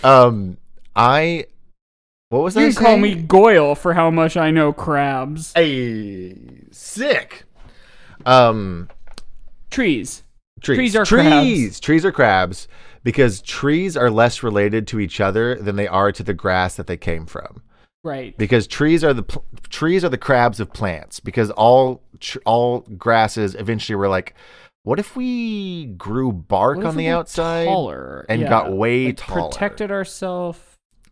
[SPEAKER 2] Um, I. What was I
[SPEAKER 1] you can call
[SPEAKER 2] saying?
[SPEAKER 1] me Goyle for how much I know crabs.
[SPEAKER 2] Hey, sick. Um,
[SPEAKER 1] Trees.
[SPEAKER 2] trees.
[SPEAKER 1] Trees are
[SPEAKER 2] trees. Trees are crabs because trees are less related to each other than they are to the grass that they came from.
[SPEAKER 1] Right.
[SPEAKER 2] because trees are the pl- trees are the crabs of plants because all tr- all grasses eventually were like what if we grew bark
[SPEAKER 1] What if
[SPEAKER 2] on
[SPEAKER 1] we
[SPEAKER 2] the
[SPEAKER 1] got
[SPEAKER 2] outside
[SPEAKER 1] taller
[SPEAKER 2] and
[SPEAKER 1] Yeah.
[SPEAKER 2] got way
[SPEAKER 1] Like,
[SPEAKER 2] taller
[SPEAKER 1] Protected ourselves,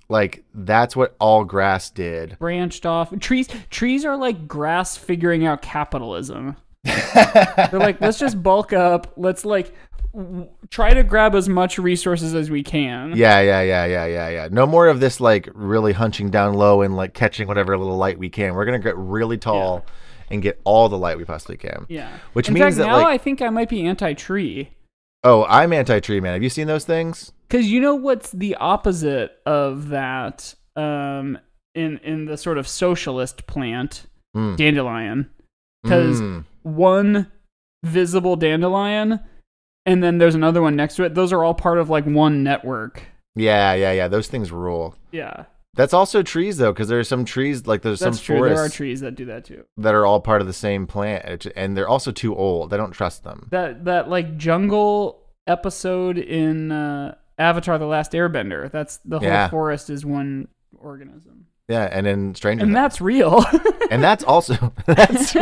[SPEAKER 2] like that's what all grass did
[SPEAKER 1] branched off. Trees. Trees are like grass figuring out capitalism. They're like, let's just bulk up. Let's like w- try to grab as much resources as we can.
[SPEAKER 2] yeah yeah yeah yeah yeah yeah no more of this like really hunching down low and like catching whatever little light we can we're gonna get really tall and get all the light we possibly can
[SPEAKER 1] Yeah.
[SPEAKER 2] Which
[SPEAKER 1] In
[SPEAKER 2] means
[SPEAKER 1] fact,
[SPEAKER 2] that,
[SPEAKER 1] now
[SPEAKER 2] like-
[SPEAKER 1] I think I might be anti-tree.
[SPEAKER 2] oh i'm anti-tree man have you seen those things
[SPEAKER 1] Because you know what's the opposite of that um, in in the sort of socialist plant
[SPEAKER 2] Mm.
[SPEAKER 1] dandelion. Because
[SPEAKER 2] Mm.
[SPEAKER 1] one visible dandelion, and then there's another one next to it. Those are all part of like one network.
[SPEAKER 2] yeah yeah yeah those things rule
[SPEAKER 1] Yeah,
[SPEAKER 2] That's also trees though, because there are some trees like there's
[SPEAKER 1] that's
[SPEAKER 2] some
[SPEAKER 1] true. There are
[SPEAKER 2] forests
[SPEAKER 1] trees that do that too.
[SPEAKER 2] that are all part of the same plant, It's- and they're also too old. I don't trust them.
[SPEAKER 1] That that like jungle episode in uh, Avatar: The Last Airbender. That's the whole
[SPEAKER 2] Yeah.
[SPEAKER 1] forest is one organism,
[SPEAKER 2] Yeah, and then Stranger
[SPEAKER 1] and
[SPEAKER 2] Things.
[SPEAKER 1] that's real.
[SPEAKER 2] and that's also that's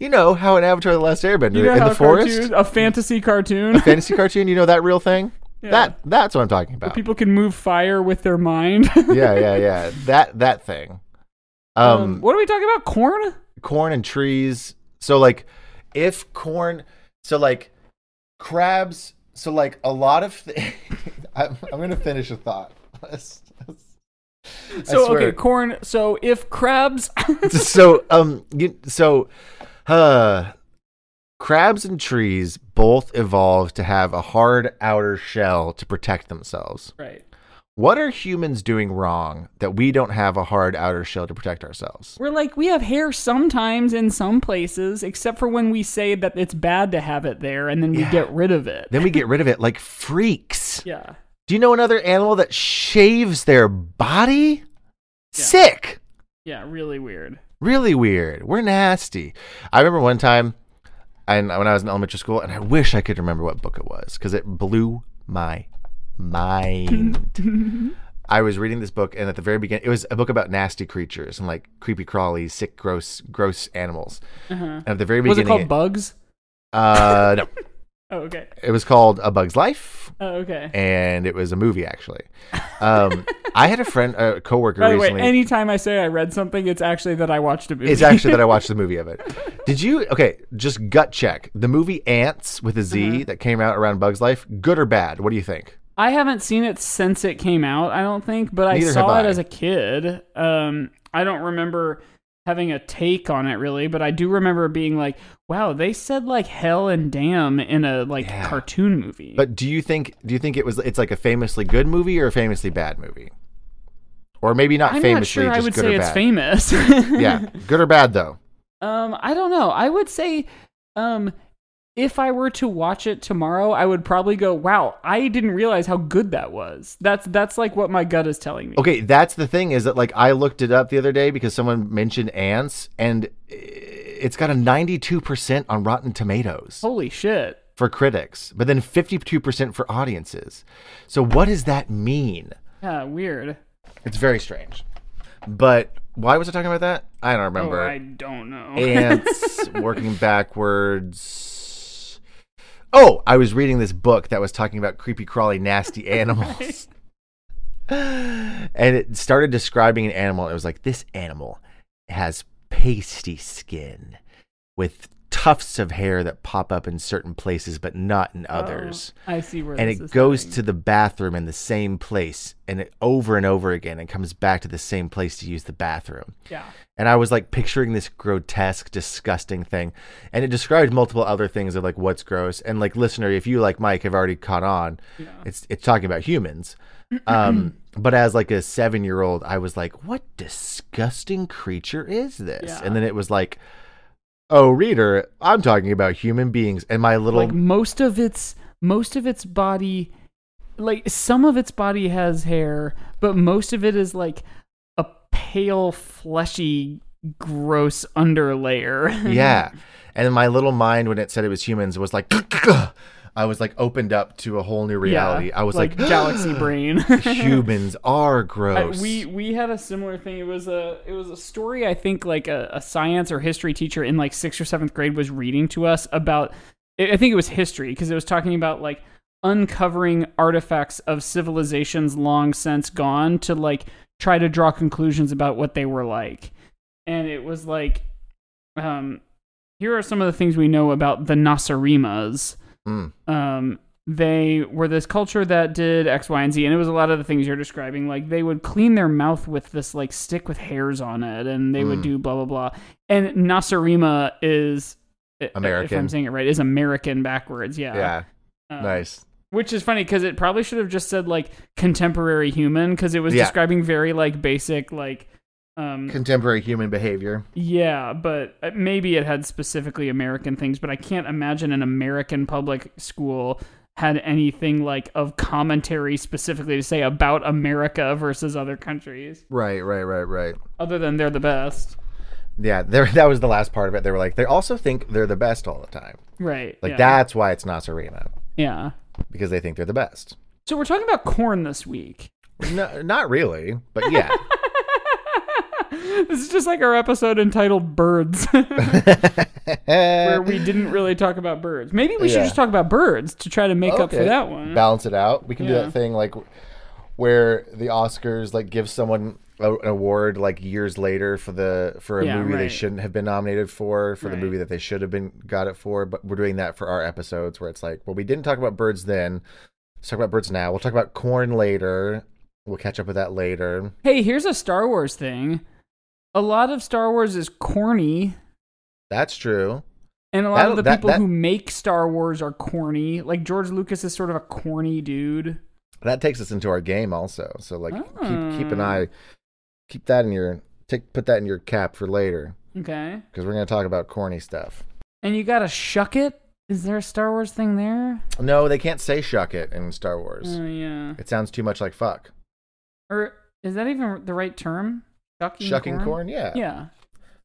[SPEAKER 2] you know how an Avatar: The Last Airbender
[SPEAKER 1] You know
[SPEAKER 2] in
[SPEAKER 1] how
[SPEAKER 2] the forest,
[SPEAKER 1] cartoon- a fantasy cartoon.
[SPEAKER 2] fantasy cartoon. You know that real thing.
[SPEAKER 1] Yeah.
[SPEAKER 2] That that's what I'm talking about.
[SPEAKER 1] People can move fire with their mind.
[SPEAKER 2] yeah, yeah, yeah. That that thing.
[SPEAKER 1] Um,
[SPEAKER 2] um
[SPEAKER 1] what are we talking about? Corn?
[SPEAKER 2] corn and trees. So like if corn so like crabs so like a lot of th- I'm, I'm gonna finish a thought. I
[SPEAKER 1] So
[SPEAKER 2] swear.
[SPEAKER 1] okay, corn. So if crabs,
[SPEAKER 2] so um you, so uh crabs and trees both evolved to have a hard outer shell to protect themselves.
[SPEAKER 1] right?
[SPEAKER 2] What are humans doing wrong that we don't have a hard outer shell to protect ourselves?
[SPEAKER 1] We're like we have hair sometimes in some places, except for when we say that it's bad to have it there, and then we
[SPEAKER 2] Yeah.
[SPEAKER 1] get rid of it.
[SPEAKER 2] Then we get rid of it like freaks.
[SPEAKER 1] Yeah.
[SPEAKER 2] Do you know another animal that shaves their body? Sick.
[SPEAKER 1] Yeah. Really weird.
[SPEAKER 2] Really weird. We're nasty. I remember one time and when I was in elementary school and I wish I could remember what book it was cuz it blew my mind.
[SPEAKER 1] Uh-huh.
[SPEAKER 2] I was reading this book and at the very beginning it was a book about nasty creatures and like creepy crawlies, sick gross gross animals.
[SPEAKER 1] Uh-huh.
[SPEAKER 2] And at the very
[SPEAKER 1] Was
[SPEAKER 2] beginning
[SPEAKER 1] it called bugs?
[SPEAKER 2] uh no.
[SPEAKER 1] Oh, okay.
[SPEAKER 2] It was called A Bug's Life
[SPEAKER 1] Oh, okay.
[SPEAKER 2] and it was a movie actually. Um I had a friend a coworker
[SPEAKER 1] By the way,
[SPEAKER 2] recently
[SPEAKER 1] anytime I say I read something, it's actually that I watched a movie.
[SPEAKER 2] It's actually that I watched the movie of it. Did you? Okay, just gut check. The movie Ants with a Z
[SPEAKER 1] Uh-huh.
[SPEAKER 2] that came out around Bugs Life, good or bad? What do you think?
[SPEAKER 1] I haven't seen it since it came out, I don't think, but I
[SPEAKER 2] Neither
[SPEAKER 1] saw
[SPEAKER 2] have
[SPEAKER 1] it
[SPEAKER 2] I.
[SPEAKER 1] as a kid. Um, I don't remember having a take on it really, but I do remember being like, wow, they said like hell and damn in a like
[SPEAKER 2] Yeah.
[SPEAKER 1] cartoon movie.
[SPEAKER 2] But do you think? Do you think it was? It's like a famously good movie or a famously bad movie, or maybe not
[SPEAKER 1] I'm not
[SPEAKER 2] famously.
[SPEAKER 1] sure I
[SPEAKER 2] just
[SPEAKER 1] would
[SPEAKER 2] good
[SPEAKER 1] say
[SPEAKER 2] or
[SPEAKER 1] it's
[SPEAKER 2] bad.
[SPEAKER 1] famous.
[SPEAKER 2] yeah, good or bad though.
[SPEAKER 1] Um, I don't know. I would say, um, if I were to watch it tomorrow, I would probably go, wow, I didn't realize how good that was. That's that's like what my gut is telling me.
[SPEAKER 2] Okay, that's the thing is that like I looked it up the other day because someone mentioned Ants and it's got a 92% on Rotten Tomatoes.
[SPEAKER 1] Holy shit.
[SPEAKER 2] for critics, but then 52% for audiences. So what does that mean?
[SPEAKER 1] Yeah, weird.
[SPEAKER 2] It's very strange. But why was I talking about that? I don't remember.
[SPEAKER 1] Oh, I don't know.
[SPEAKER 2] Ants working backwards. Oh, I was reading this book that was talking about creepy crawly nasty animals. and it started describing an animal. It was like, this animal has pasty skin with tufts of hair that pop up in certain places but not in others.
[SPEAKER 1] Oh, I see where
[SPEAKER 2] and
[SPEAKER 1] this
[SPEAKER 2] it
[SPEAKER 1] is
[SPEAKER 2] goes
[SPEAKER 1] going.
[SPEAKER 2] to the bathroom in the same place and it, over and over again and comes back to the same place to use the bathroom.
[SPEAKER 1] yeah.
[SPEAKER 2] And I was like picturing this grotesque, disgusting thing. And it described multiple other things of like what's gross. And like listener, if you like Mike have already caught on,
[SPEAKER 1] Yeah.
[SPEAKER 2] it's it's talking about humans. Um but as like a seven year old, I was like, What disgusting creature is this?
[SPEAKER 1] Yeah.
[SPEAKER 2] And then it was like, Oh reader, I'm talking about human beings and my little
[SPEAKER 1] like most of its most of its body like some of its body has hair but most of it is like a pale fleshy gross underlayer
[SPEAKER 2] yeah. And my little mind, when it said it was humans, was like, I was like opened up to a whole new reality. I was like,
[SPEAKER 1] galaxy brain
[SPEAKER 2] humans are
[SPEAKER 1] I-
[SPEAKER 2] gross.
[SPEAKER 1] we we had a similar thing. It was a it was a story I think like a, a science or history teacher in like sixth or seventh grade was reading to us about. I I think it was history because it was talking about like uncovering artifacts of civilizations long since gone to like try to draw conclusions about what they were like, and it was like, um, here are some of the things we know about the Nasarimas
[SPEAKER 2] Mm.
[SPEAKER 1] um, they were this culture that did X, Y, and Z, and it was a lot of the things you're describing. Like they would clean their mouth with this like stick with hairs on it, and they would
[SPEAKER 2] Mm.
[SPEAKER 1] do blah blah blah. And Nasarima is eh, if I'm
[SPEAKER 2] American.
[SPEAKER 1] saying it right, is American backwards. Yeah,
[SPEAKER 2] yeah,
[SPEAKER 1] Um,
[SPEAKER 2] nice.
[SPEAKER 1] Which is funny because it probably should have just said like contemporary human because it was
[SPEAKER 2] Yeah.
[SPEAKER 1] describing very like basic like. Um,
[SPEAKER 2] Contemporary human behavior.
[SPEAKER 1] yeah, but uh, maybe it had specifically American things, but I can't imagine an American public school had anything like of commentary specifically to say about America versus other countries,
[SPEAKER 2] Right, right, right, right.
[SPEAKER 1] other than they're the best.
[SPEAKER 2] Yeah, there. That was the last part of it. They were like, they also think they're the best all the time.
[SPEAKER 1] Right.
[SPEAKER 2] Like
[SPEAKER 1] yeah.
[SPEAKER 2] that's why it's Nasarima
[SPEAKER 1] Yeah.
[SPEAKER 2] because they think they're the best.
[SPEAKER 1] So we're talking about corn this week.
[SPEAKER 2] No, not really, but yeah.
[SPEAKER 1] this is just like our episode entitled Birds, where we didn't really talk about birds. Maybe we should
[SPEAKER 2] Yeah.
[SPEAKER 1] just talk about birds to try to make up for
[SPEAKER 2] Okay.
[SPEAKER 1] that one.
[SPEAKER 2] Balance it out. We can do
[SPEAKER 1] Yeah.
[SPEAKER 2] that thing like where the Oscars like give someone a, an award like years later for the for a
[SPEAKER 1] Yeah,
[SPEAKER 2] movie they
[SPEAKER 1] right.
[SPEAKER 2] shouldn't have been nominated for for
[SPEAKER 1] Right.
[SPEAKER 2] the movie that they should have been got it for. But we're doing that for our episodes where it's like, well, we didn't talk about birds then. Let's talk about birds now. We'll talk about corn later. We'll catch up with that later.
[SPEAKER 1] Hey, here's a Star Wars thing. A lot of Star Wars is corny,
[SPEAKER 2] That's true.
[SPEAKER 1] and a lot
[SPEAKER 2] That'll-
[SPEAKER 1] of the
[SPEAKER 2] that-
[SPEAKER 1] people
[SPEAKER 2] that-
[SPEAKER 1] who make Star Wars are corny. Like George Lucas is sort of a corny dude.
[SPEAKER 2] That takes us into our game also. So like keep keep an
[SPEAKER 1] Oh.
[SPEAKER 2] eye, keep that in your take put that in your cap for later
[SPEAKER 1] Okay.
[SPEAKER 2] because we're gonna talk about corny stuff.
[SPEAKER 1] And you gotta shuck it. Is there a Star Wars thing there?
[SPEAKER 2] No, they can't say shuck it in Star Wars.
[SPEAKER 1] Oh yeah.
[SPEAKER 2] It sounds too much like fuck.
[SPEAKER 1] Or is that even the right term? Shucking,
[SPEAKER 2] Shucking corn?
[SPEAKER 1] corn.
[SPEAKER 2] Yeah.
[SPEAKER 1] Yeah.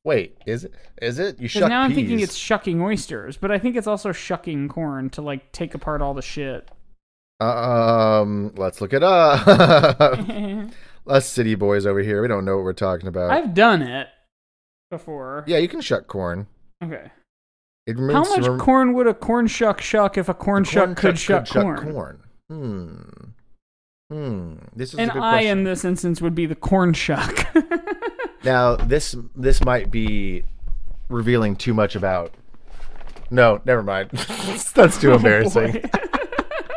[SPEAKER 2] Wait, is it? Is it? You
[SPEAKER 1] Because
[SPEAKER 2] shuck
[SPEAKER 1] now I'm
[SPEAKER 2] peas.
[SPEAKER 1] thinking it's shucking oysters, but I think it's also shucking corn to like take apart all the shit.
[SPEAKER 2] Uh, um, let's look it up. Us city boys over here, we don't know what we're talking about.
[SPEAKER 1] I've done it before.
[SPEAKER 2] Yeah, you can shuck corn.
[SPEAKER 1] Okay.
[SPEAKER 2] It removes
[SPEAKER 1] How much
[SPEAKER 2] rem-
[SPEAKER 1] corn would a corn shuck shuck if a corn,
[SPEAKER 2] corn
[SPEAKER 1] shuck could shuck,
[SPEAKER 2] shuck
[SPEAKER 1] corn?
[SPEAKER 2] corn. Hmm. Hmm. This is
[SPEAKER 1] And
[SPEAKER 2] a good
[SPEAKER 1] I,
[SPEAKER 2] question.
[SPEAKER 1] in this instance, would be the corn shuck. Oh,
[SPEAKER 2] Now this this might be revealing too much about. No, never mind. That's
[SPEAKER 1] Oh,
[SPEAKER 2] too embarrassing.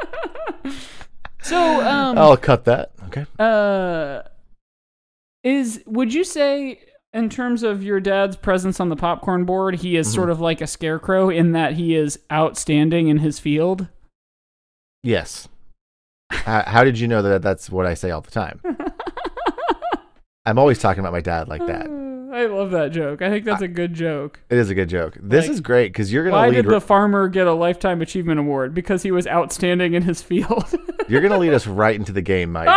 [SPEAKER 1] so, um,
[SPEAKER 2] I'll cut that. Okay.
[SPEAKER 1] uh, is would you say, in terms of your dad's presence on the popcorn board, he
[SPEAKER 2] Mm-hmm.
[SPEAKER 1] is sort of like a scarecrow in that he is outstanding in his field?
[SPEAKER 2] Yes. how, how did you know that that's what I say all the time? I'm always talking about my dad like that.
[SPEAKER 1] Uh, I love that joke. I think that's a good joke.
[SPEAKER 2] It is a good joke. This
[SPEAKER 1] Like,
[SPEAKER 2] is great because you're gonna
[SPEAKER 1] Why
[SPEAKER 2] lead
[SPEAKER 1] did the
[SPEAKER 2] r-
[SPEAKER 1] farmer get a lifetime achievement award? Because he was outstanding in his field.
[SPEAKER 2] you're gonna lead us right into the game, Mike.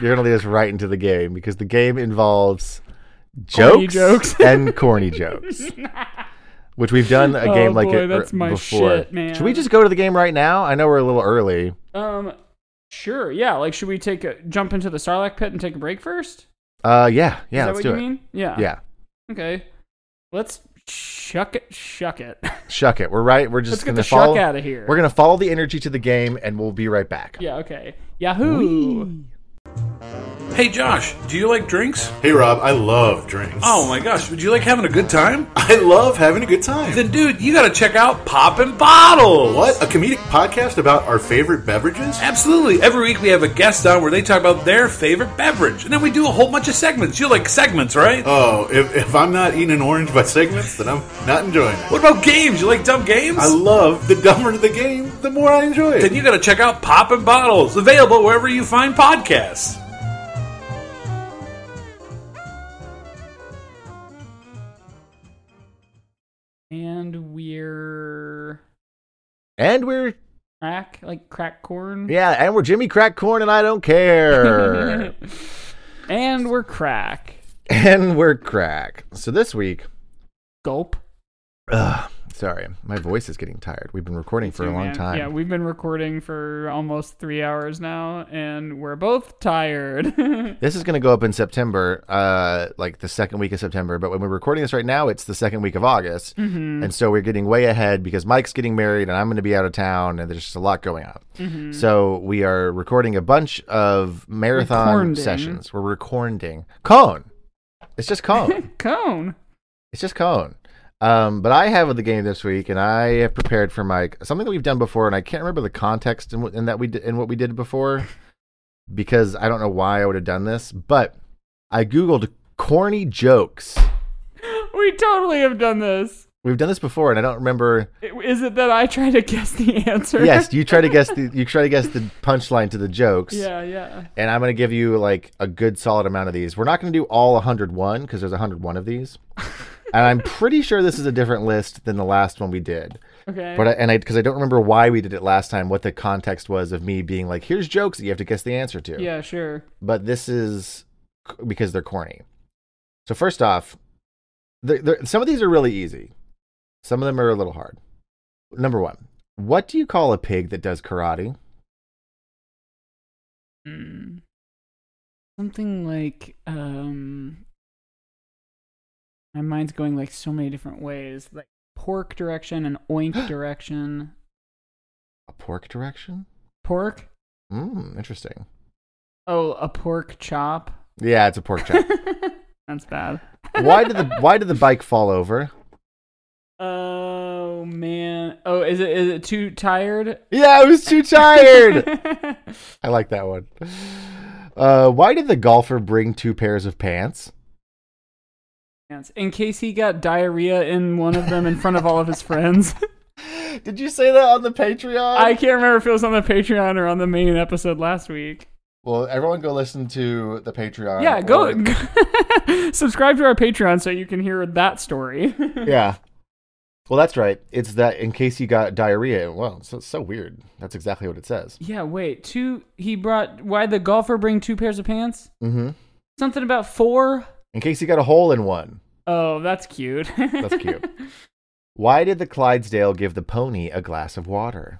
[SPEAKER 2] You're gonna lead us right into the game because the game involves
[SPEAKER 1] Corny
[SPEAKER 2] jokes,
[SPEAKER 1] jokes.
[SPEAKER 2] and corny jokes, which we've done a
[SPEAKER 1] Oh,
[SPEAKER 2] game like
[SPEAKER 1] boy,
[SPEAKER 2] it
[SPEAKER 1] that's
[SPEAKER 2] er-
[SPEAKER 1] my
[SPEAKER 2] before.
[SPEAKER 1] shit, man.
[SPEAKER 2] Should we just go to the game right now? I know we're a little early.
[SPEAKER 1] um, sure. Yeah. Like, should we take a jump into the Sarlacc pit and take a break first?
[SPEAKER 2] Uh, yeah, yeah,
[SPEAKER 1] Is that
[SPEAKER 2] let's
[SPEAKER 1] what
[SPEAKER 2] do
[SPEAKER 1] you
[SPEAKER 2] it.
[SPEAKER 1] mean? Yeah.
[SPEAKER 2] Yeah,
[SPEAKER 1] Okay. Let's shuck it. Shuck it.
[SPEAKER 2] shuck it. We're right. We're
[SPEAKER 1] Let's
[SPEAKER 2] just
[SPEAKER 1] get
[SPEAKER 2] gonna
[SPEAKER 1] the
[SPEAKER 2] follow.
[SPEAKER 1] shuck out of here.
[SPEAKER 2] We're gonna follow the energy to the game, and we'll be right back.
[SPEAKER 1] Yeah. Okay. Yahoo.
[SPEAKER 2] Whee.
[SPEAKER 3] Hey Josh, do you like drinks?
[SPEAKER 4] Hey Rob, I love drinks.
[SPEAKER 3] Oh my gosh, would you like having a good time?
[SPEAKER 4] I love having a good time.
[SPEAKER 3] Then dude, you gotta check out Poppin' Bottles.
[SPEAKER 4] what? A comedic podcast about our favorite beverages?
[SPEAKER 3] Absolutely. Every week we have a guest on where they talk about their favorite beverage. And then we do a whole bunch of segments. You like segments, right?
[SPEAKER 4] Oh, if, if I'm not eating an orange by segments, then I'm not enjoying it.
[SPEAKER 3] What about games? You like dumb games?
[SPEAKER 4] I love the dumber the game, the more I enjoy it.
[SPEAKER 3] then you gotta check out Poppin' Bottles, available wherever you find podcasts.
[SPEAKER 1] And we're
[SPEAKER 2] And we're
[SPEAKER 1] crack like crack corn.
[SPEAKER 2] yeah, and we're Jimmy Crack Corn, and I don't care.
[SPEAKER 1] and we're crack.
[SPEAKER 2] and we're crack. So this week,
[SPEAKER 1] Gulp.
[SPEAKER 2] ugh, sorry, my voice is getting tired. We've been recording for a
[SPEAKER 1] too,
[SPEAKER 2] long
[SPEAKER 1] man.
[SPEAKER 2] time.
[SPEAKER 1] Yeah, we've been recording for almost three hours now, and we're both tired.
[SPEAKER 2] This is going to go up in September, uh, like the second week of September. But when we're recording this right now, it's the second week of August,
[SPEAKER 1] Mm-hmm.
[SPEAKER 2] and so we're getting way ahead because Mike's getting married and I'm going to be out of town, and there's just a lot going on. So we are recording a bunch of marathon
[SPEAKER 1] Recording.
[SPEAKER 2] sessions. We're recording cone. It's just cone.
[SPEAKER 1] Cone.
[SPEAKER 2] it's just cone. Um, but I have the game this week, and I have prepared for Mike something that we've done before, and I can't remember the context in, what- in that we did, in what we did before, because I don't know why I would have done this. But I googled corny jokes.
[SPEAKER 1] We totally have done this.
[SPEAKER 2] We've done this before, and I don't remember.
[SPEAKER 1] Is it that I try to guess the answer?
[SPEAKER 2] Yes, you try to guess the you try to guess the punchline to the jokes.
[SPEAKER 1] Yeah, yeah.
[SPEAKER 2] And I'm going to give you like a good solid amount of these. We're not going to do all 101 because there's 101 of these. and I'm pretty sure this is a different list than the last one we did.
[SPEAKER 1] Okay.
[SPEAKER 2] But I, and I because I don't remember why we did it last time, what the context was of me being like, here's jokes that you have to guess the answer to.
[SPEAKER 1] yeah, sure.
[SPEAKER 2] But this is c- because they're corny. So first off, they some of these are really easy. Some of them are a little hard. Number one, what do you call a pig that does karate?
[SPEAKER 1] Hmm. Something like um my mind's going like so many different ways, like pork direction and oink direction.
[SPEAKER 2] A pork direction?
[SPEAKER 1] Pork?
[SPEAKER 2] Mm, interesting.
[SPEAKER 1] Oh, a pork chop.
[SPEAKER 2] Yeah, it's a pork chop.
[SPEAKER 1] That's bad.
[SPEAKER 2] why did the why did the bike fall over?
[SPEAKER 1] Oh man. Oh, is it is it too tired?
[SPEAKER 2] Yeah, I was too tired. I like that one. Uh, why did the golfer bring two pairs of pants?
[SPEAKER 1] Yes, In case he got diarrhea in one of them in front of all of his friends.
[SPEAKER 2] Did you say that on the Patreon?
[SPEAKER 1] I can't remember if it was on the Patreon or on the main episode last week.
[SPEAKER 2] well, everyone go listen to the Patreon.
[SPEAKER 1] yeah, go,
[SPEAKER 2] or-
[SPEAKER 1] go- subscribe to our Patreon so you can hear that story.
[SPEAKER 2] yeah. Well, that's right. It's that in case you got diarrhea. Well, so, so weird. That's exactly what it says.
[SPEAKER 1] yeah, wait. Two. He brought. Why the golfer bring two pairs of pants?
[SPEAKER 2] Mm-hmm.
[SPEAKER 1] Something about four.
[SPEAKER 2] In case you got a hole in one.
[SPEAKER 1] Oh, that's cute.
[SPEAKER 2] That's cute. Why did the Clydesdale give the pony a glass of water?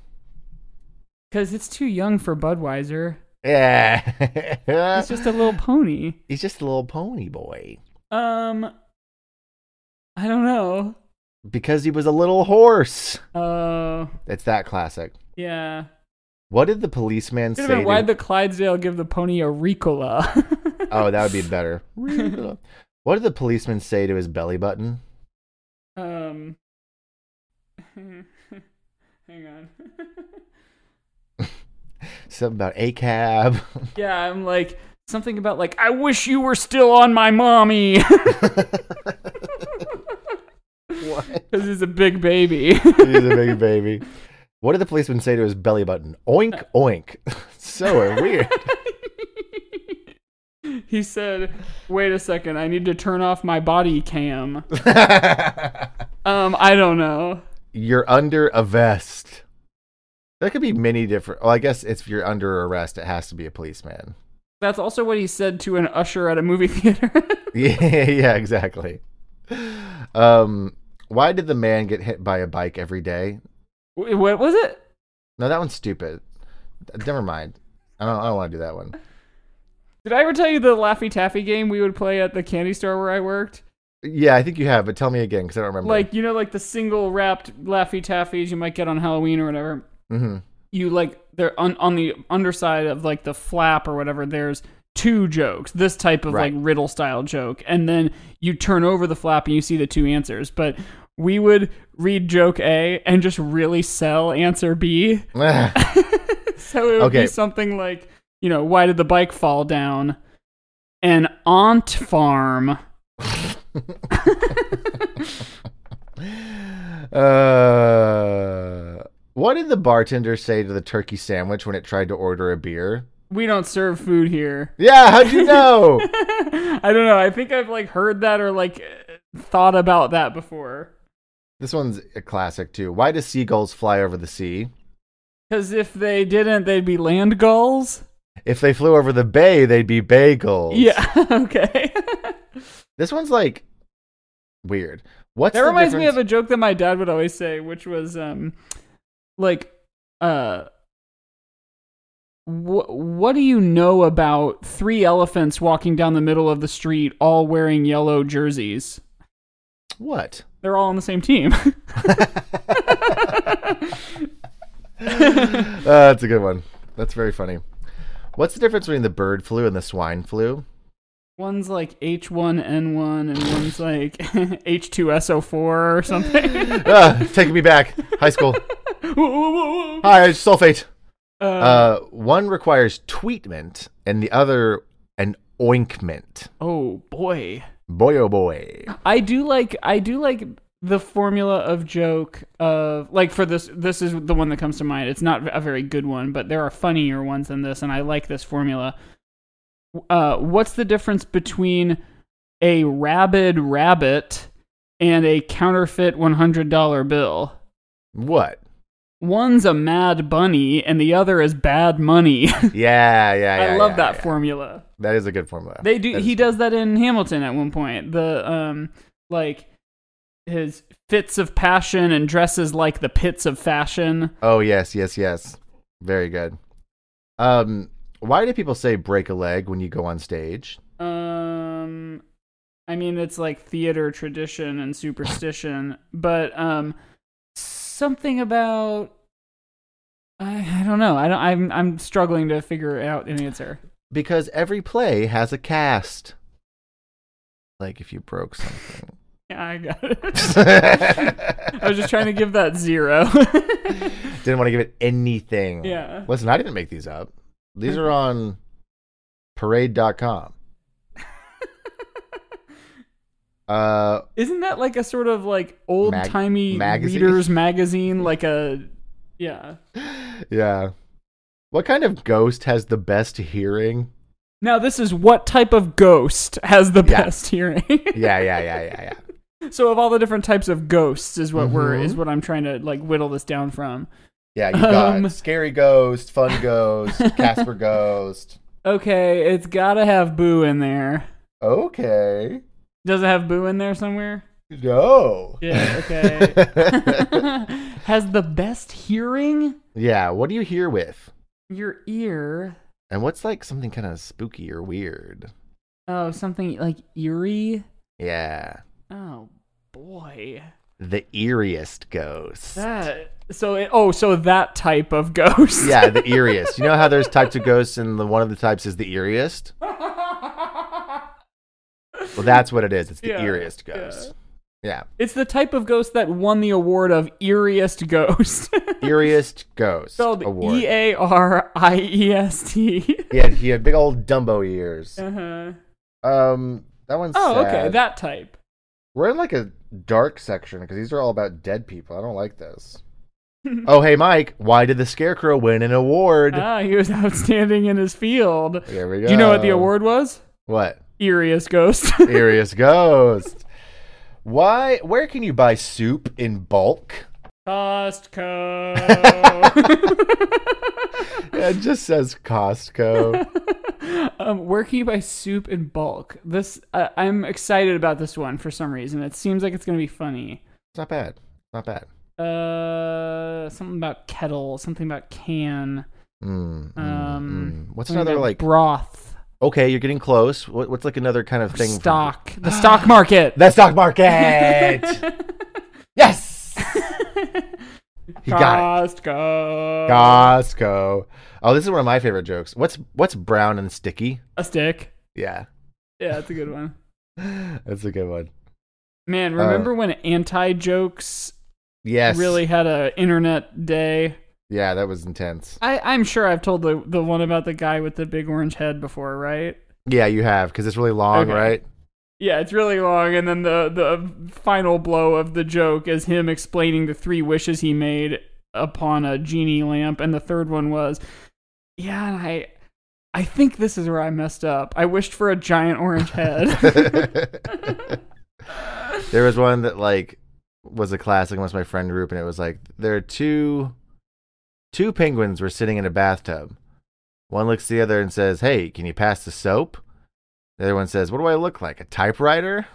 [SPEAKER 1] Because it's too young for Budweiser.
[SPEAKER 2] Yeah.
[SPEAKER 1] It's just a little pony.
[SPEAKER 2] He's just a little pony boy.
[SPEAKER 1] Um, I don't know.
[SPEAKER 2] Because he was a little horse.
[SPEAKER 1] Uh,
[SPEAKER 2] It's that classic.
[SPEAKER 1] yeah.
[SPEAKER 2] What did the policeman
[SPEAKER 1] Wait a
[SPEAKER 2] say?
[SPEAKER 1] minute,
[SPEAKER 2] to-
[SPEAKER 1] why'd the Clydesdale give the pony a Ricola?
[SPEAKER 2] oh, that would be better. what did the policeman say to his belly button?
[SPEAKER 1] um, hang on.
[SPEAKER 2] Something about a cab.
[SPEAKER 1] yeah, I'm like something about like I wish you were still on my mommy
[SPEAKER 2] what?
[SPEAKER 1] because he's a big baby.
[SPEAKER 2] He's a big baby. What did the policeman say to his belly button? Oink, oink. so weird.
[SPEAKER 1] he said, "Wait a second, I need to turn off my body cam." Um, I don't know.
[SPEAKER 2] you're under a vest. That could be many different. Well, I guess if you're under arrest, it has to be a policeman.
[SPEAKER 1] That's also what he said to an usher at a movie theater.
[SPEAKER 2] Yeah, yeah, exactly. Um, why did the man get hit by a bike every day?
[SPEAKER 1] Wait, what was it?
[SPEAKER 2] No, that one's stupid. Th- Never mind. I don't. I don't want to do that one.
[SPEAKER 1] Did I ever tell you the Laffy Taffy game we would play at the candy store where I worked?
[SPEAKER 2] Yeah, I think you have, but tell me again because I don't remember.
[SPEAKER 1] Like, you know, like the single wrapped Laffy Taffies you might get on Halloween or whatever.
[SPEAKER 2] hmm
[SPEAKER 1] You like, they're on, on the underside of like the flap or whatever, there's two jokes, this type of
[SPEAKER 2] Right.
[SPEAKER 1] like riddle style joke, and then you turn over the flap and you see the two answers. But we would read joke A and just really sell answer B. So it would
[SPEAKER 2] Okay.
[SPEAKER 1] be something like, you know, why did the bike fall down? An aunt farm.
[SPEAKER 2] uh, what did the bartender say to the turkey sandwich when it tried to order a beer?
[SPEAKER 1] We don't serve food here.
[SPEAKER 2] Yeah, how'd you know?
[SPEAKER 1] I don't know. I think I've like heard that or like thought about that before.
[SPEAKER 2] this one's a classic too. Why do seagulls fly over the sea?
[SPEAKER 1] Because if they didn't, they'd be land gulls.
[SPEAKER 2] If they flew over the bay, they'd be bagels.
[SPEAKER 1] Yeah. Okay.
[SPEAKER 2] This one's like weird. What's
[SPEAKER 1] that
[SPEAKER 2] the
[SPEAKER 1] reminds me of
[SPEAKER 2] difference-
[SPEAKER 1] a joke that my dad would always say, which was um, like, uh, wh- what do you know about three elephants walking down the middle of the street, all wearing yellow jerseys?
[SPEAKER 2] what?
[SPEAKER 1] They're all on the same team.
[SPEAKER 2] Uh, that's a good one. That's very funny. What's the difference between the bird flu and the swine flu?
[SPEAKER 1] one's like H1N1 and one's like H2SO4 or something.
[SPEAKER 2] Ah, taking me back. High school. Hi, sulfate.
[SPEAKER 1] Uh,
[SPEAKER 2] Uh, one requires tweetment and the other an ointment.
[SPEAKER 1] oh boy.
[SPEAKER 2] Boy, oh boy.
[SPEAKER 1] I do like I do like the formula of joke of like for this this is the one that comes to mind. It's not a very good one, but there are funnier ones than this, and I like this formula. Uh, what's the difference between a rabid rabbit and a counterfeit one hundred dollar bill?
[SPEAKER 2] What?
[SPEAKER 1] One's a mad bunny, and the other is bad money.
[SPEAKER 2] Yeah, yeah, yeah.
[SPEAKER 1] I love
[SPEAKER 2] yeah,
[SPEAKER 1] that
[SPEAKER 2] yeah.
[SPEAKER 1] formula.
[SPEAKER 2] That is a good formula.
[SPEAKER 1] They do.
[SPEAKER 2] That
[SPEAKER 1] He
[SPEAKER 2] is-
[SPEAKER 1] does that in Hamilton at one point. The um, like his fits of passion and dresses like the pits of fashion.
[SPEAKER 2] Oh yes, yes, yes. Very good. Um, why do people say break a leg when you go on stage?
[SPEAKER 1] Um, I mean it's like theater tradition and superstition, but um, something about I, I don't know. I don't. I'm I'm struggling to figure out an answer.
[SPEAKER 2] Because every play has a cast. Like if you broke something.
[SPEAKER 1] Yeah, I got it. I was just trying to give that zero.
[SPEAKER 2] Didn't want to give it anything.
[SPEAKER 1] Yeah.
[SPEAKER 2] Listen, I didn't make these up. These are on parade.com. Uh,
[SPEAKER 1] Isn't that like a sort of like old timey
[SPEAKER 2] magazine?
[SPEAKER 1] readers magazine? Like a yeah.
[SPEAKER 2] yeah. What kind of ghost has the best hearing?
[SPEAKER 1] Now this is what type of ghost has the
[SPEAKER 2] Yeah.
[SPEAKER 1] best hearing.
[SPEAKER 2] Yeah, yeah, yeah, yeah, yeah.
[SPEAKER 1] so of all the different types of ghosts is what we're
[SPEAKER 2] Mhm.
[SPEAKER 1] is what I'm trying to like whittle this down from.
[SPEAKER 2] Yeah, you got
[SPEAKER 1] Um.
[SPEAKER 2] scary ghost, fun ghost, Casper ghost.
[SPEAKER 1] Okay, it's gotta have boo in there.
[SPEAKER 2] Okay.
[SPEAKER 1] Does it have boo in there somewhere?
[SPEAKER 2] No.
[SPEAKER 1] Yeah, okay. has the best hearing?
[SPEAKER 2] Yeah, what do you hear with?
[SPEAKER 1] Your ear.
[SPEAKER 2] And what's like something kind of spooky or weird?
[SPEAKER 1] Oh, something like eerie.
[SPEAKER 2] Yeah.
[SPEAKER 1] Oh boy.
[SPEAKER 2] The eeriest ghost.
[SPEAKER 1] That so it, oh so that type of ghost.
[SPEAKER 2] yeah, the e- eeriest. You know how there's types of ghosts and the one of the types is the eeriest? Well, that's what it is. It's the
[SPEAKER 1] Yeah,
[SPEAKER 2] eeriest ghost. Yeah.
[SPEAKER 1] it's the type of ghost that won the award of eeriest ghost.
[SPEAKER 2] Eeriest ghost
[SPEAKER 1] Spelled
[SPEAKER 2] award.
[SPEAKER 1] E A R I E S T.
[SPEAKER 2] he had he had big old Dumbo ears.
[SPEAKER 1] Uh-huh.
[SPEAKER 2] Um that one's
[SPEAKER 1] Oh, okay,
[SPEAKER 2] sad.
[SPEAKER 1] that type.
[SPEAKER 2] We're in like a dark section because these are all about dead people. I don't like this. oh, hey, Mike, why did the Scarecrow win an award?
[SPEAKER 1] Ah, he was outstanding in his field.
[SPEAKER 2] Here we
[SPEAKER 1] Do you know what the
[SPEAKER 2] go.
[SPEAKER 1] award was?
[SPEAKER 2] What?
[SPEAKER 1] Eeriest ghost.
[SPEAKER 2] Serious Ghost. Why? Where can you buy soup in bulk?
[SPEAKER 1] Costco.
[SPEAKER 2] Yeah, It just says Costco.
[SPEAKER 1] um, where can you buy soup in bulk? This uh, I'm excited about this one for some reason. It seems like it's gonna be funny.
[SPEAKER 2] It's not bad. Not bad.
[SPEAKER 1] Uh, something about kettle, something about can,
[SPEAKER 2] Mm, mm,
[SPEAKER 1] Um,
[SPEAKER 2] mm. What's
[SPEAKER 1] something
[SPEAKER 2] another
[SPEAKER 1] about
[SPEAKER 2] like?
[SPEAKER 1] broth,
[SPEAKER 2] okay, you're getting close. What, what's like another kind of thing? from-
[SPEAKER 1] stock, the stock market.
[SPEAKER 2] The stock market. yes. He got
[SPEAKER 1] Costco.
[SPEAKER 2] Costco. Oh, this is one of my favorite jokes. What's what's brown and sticky?
[SPEAKER 1] A stick.
[SPEAKER 2] Yeah,
[SPEAKER 1] Yeah, that's a good one.
[SPEAKER 2] that's a good one.
[SPEAKER 1] Man, remember when anti jokes
[SPEAKER 2] Oh. Yes,
[SPEAKER 1] really had a internet day?
[SPEAKER 2] Yeah, that was intense.
[SPEAKER 1] I, I'm sure I've told the the one about the guy with the big orange head before, right?
[SPEAKER 2] Yeah, you have because it's really long,
[SPEAKER 1] Okay.
[SPEAKER 2] right?
[SPEAKER 1] Yeah, it's really long, and then the the final blow of the joke is him explaining the three wishes he made upon a genie lamp, and the third one was, yeah, and I I think this is where I messed up. I wished for a giant orange head.
[SPEAKER 2] there was one that like was a classic once my friend group and it was like there are two two penguins were sitting in a bathtub one looks at the other and says hey can you pass the soap the other one says what do i look like a typewriter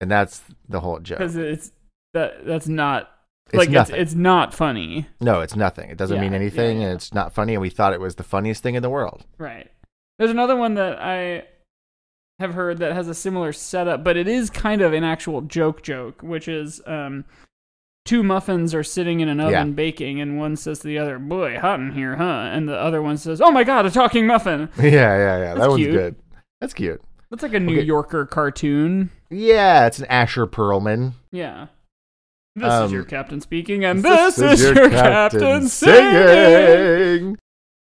[SPEAKER 2] and that's the whole joke
[SPEAKER 1] because it's that that's not
[SPEAKER 2] It's
[SPEAKER 1] like
[SPEAKER 2] nothing.
[SPEAKER 1] it's it's not funny,
[SPEAKER 2] no it's nothing it doesn't
[SPEAKER 1] Yeah,
[SPEAKER 2] mean
[SPEAKER 1] yeah,
[SPEAKER 2] anything
[SPEAKER 1] yeah.
[SPEAKER 2] and it's not funny and we thought it was the funniest thing in the world
[SPEAKER 1] right? There's another one that I have heard that has a similar setup, but it is kind of an actual joke joke, which is um, two muffins are sitting in an oven
[SPEAKER 2] Yeah.
[SPEAKER 1] baking, and one says to the other, "Boy, hot in here, huh?" And the other one says, "Oh my god, a talking muffin!"
[SPEAKER 2] yeah yeah yeah that
[SPEAKER 1] That's
[SPEAKER 2] one's
[SPEAKER 1] cute.
[SPEAKER 2] good that's cute
[SPEAKER 1] That's like a New
[SPEAKER 2] Okay.
[SPEAKER 1] Yorker cartoon.
[SPEAKER 2] yeah it's an asher perlman
[SPEAKER 1] Yeah. This is
[SPEAKER 2] Um,
[SPEAKER 1] your captain speaking, and this, is, your, captain, singing.
[SPEAKER 2] singing.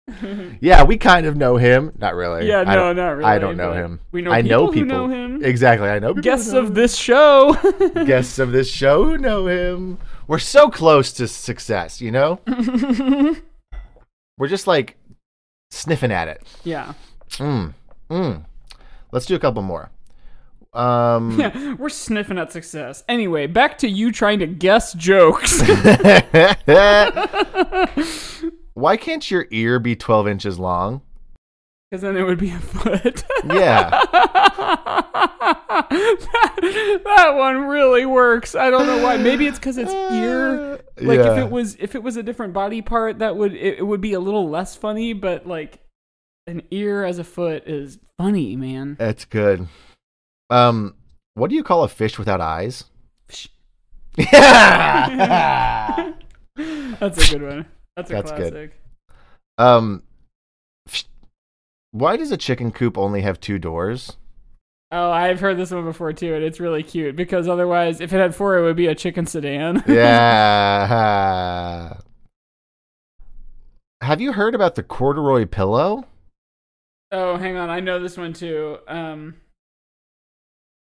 [SPEAKER 2] yeah, we kind of know him. Not really.
[SPEAKER 1] Yeah,
[SPEAKER 2] I
[SPEAKER 1] no,
[SPEAKER 2] don't-
[SPEAKER 1] not really.
[SPEAKER 2] I don't know
[SPEAKER 1] but
[SPEAKER 2] him.
[SPEAKER 1] We know
[SPEAKER 2] I
[SPEAKER 1] people
[SPEAKER 2] know
[SPEAKER 1] who
[SPEAKER 2] people.
[SPEAKER 1] know him.
[SPEAKER 2] Exactly, I know people. who
[SPEAKER 1] Guests
[SPEAKER 2] know
[SPEAKER 1] of
[SPEAKER 2] him.
[SPEAKER 1] this show.
[SPEAKER 2] guests of this show who know him. We're so close to success, you know. We're just like sniffing at it.
[SPEAKER 1] yeah.
[SPEAKER 2] Mm, mm. Let's do a couple more. Um,
[SPEAKER 1] Yeah, we're sniffing at success. Anyway, back to you trying to guess jokes.
[SPEAKER 2] why can't your ear be twelve inches long?
[SPEAKER 1] Because then it would be a foot.
[SPEAKER 2] Yeah,
[SPEAKER 1] that, that one really works. I don't know why. Maybe it's because it's ear. Like if
[SPEAKER 2] Uh, Yeah.
[SPEAKER 1] it was if it was a different body part, that would it, it would be a little less funny. But like an ear as a foot is funny, man.
[SPEAKER 2] That's good. Um, what do you call a fish without eyes?
[SPEAKER 1] Psh.
[SPEAKER 2] Yeah.
[SPEAKER 1] That's a good one. That's a
[SPEAKER 2] That's good.
[SPEAKER 1] classic.
[SPEAKER 2] um, why does a chicken coop only have two doors?
[SPEAKER 1] Oh, I've heard this one before too, and it's really cute because otherwise, if it had four, it would be a chicken sedan.
[SPEAKER 2] Yeah. Have you heard about the corduroy pillow?
[SPEAKER 1] oh, hang on, I know this one too. Um,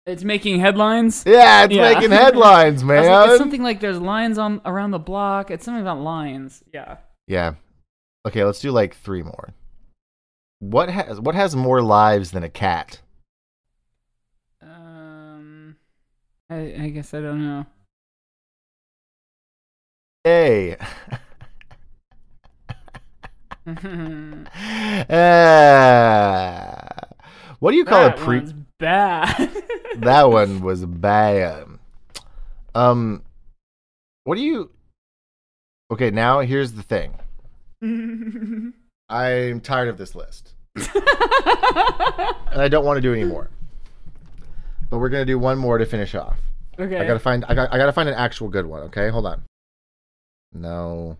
[SPEAKER 1] it's making headlines.
[SPEAKER 2] Yeah, it's
[SPEAKER 1] Yeah.
[SPEAKER 2] making headlines,
[SPEAKER 1] I
[SPEAKER 2] man.
[SPEAKER 1] was like, it's something like there's lines on around the block. It's something about lines. Yeah.
[SPEAKER 2] yeah. Okay, let's do like three more. What has what has more lives than a cat?
[SPEAKER 1] Um, I, I guess I don't know.
[SPEAKER 2] Hey. Uh, Eh. what do you call
[SPEAKER 1] that
[SPEAKER 2] a pre?
[SPEAKER 1] one's bad.
[SPEAKER 2] That one was bad. Um, what do you? Okay, now here's the thing. I'm tired of this list, and I don't want to do any more. But we're gonna do one more to finish off.
[SPEAKER 1] okay.
[SPEAKER 2] I gotta find. I got. I gotta find an actual good one. Okay, hold on. No.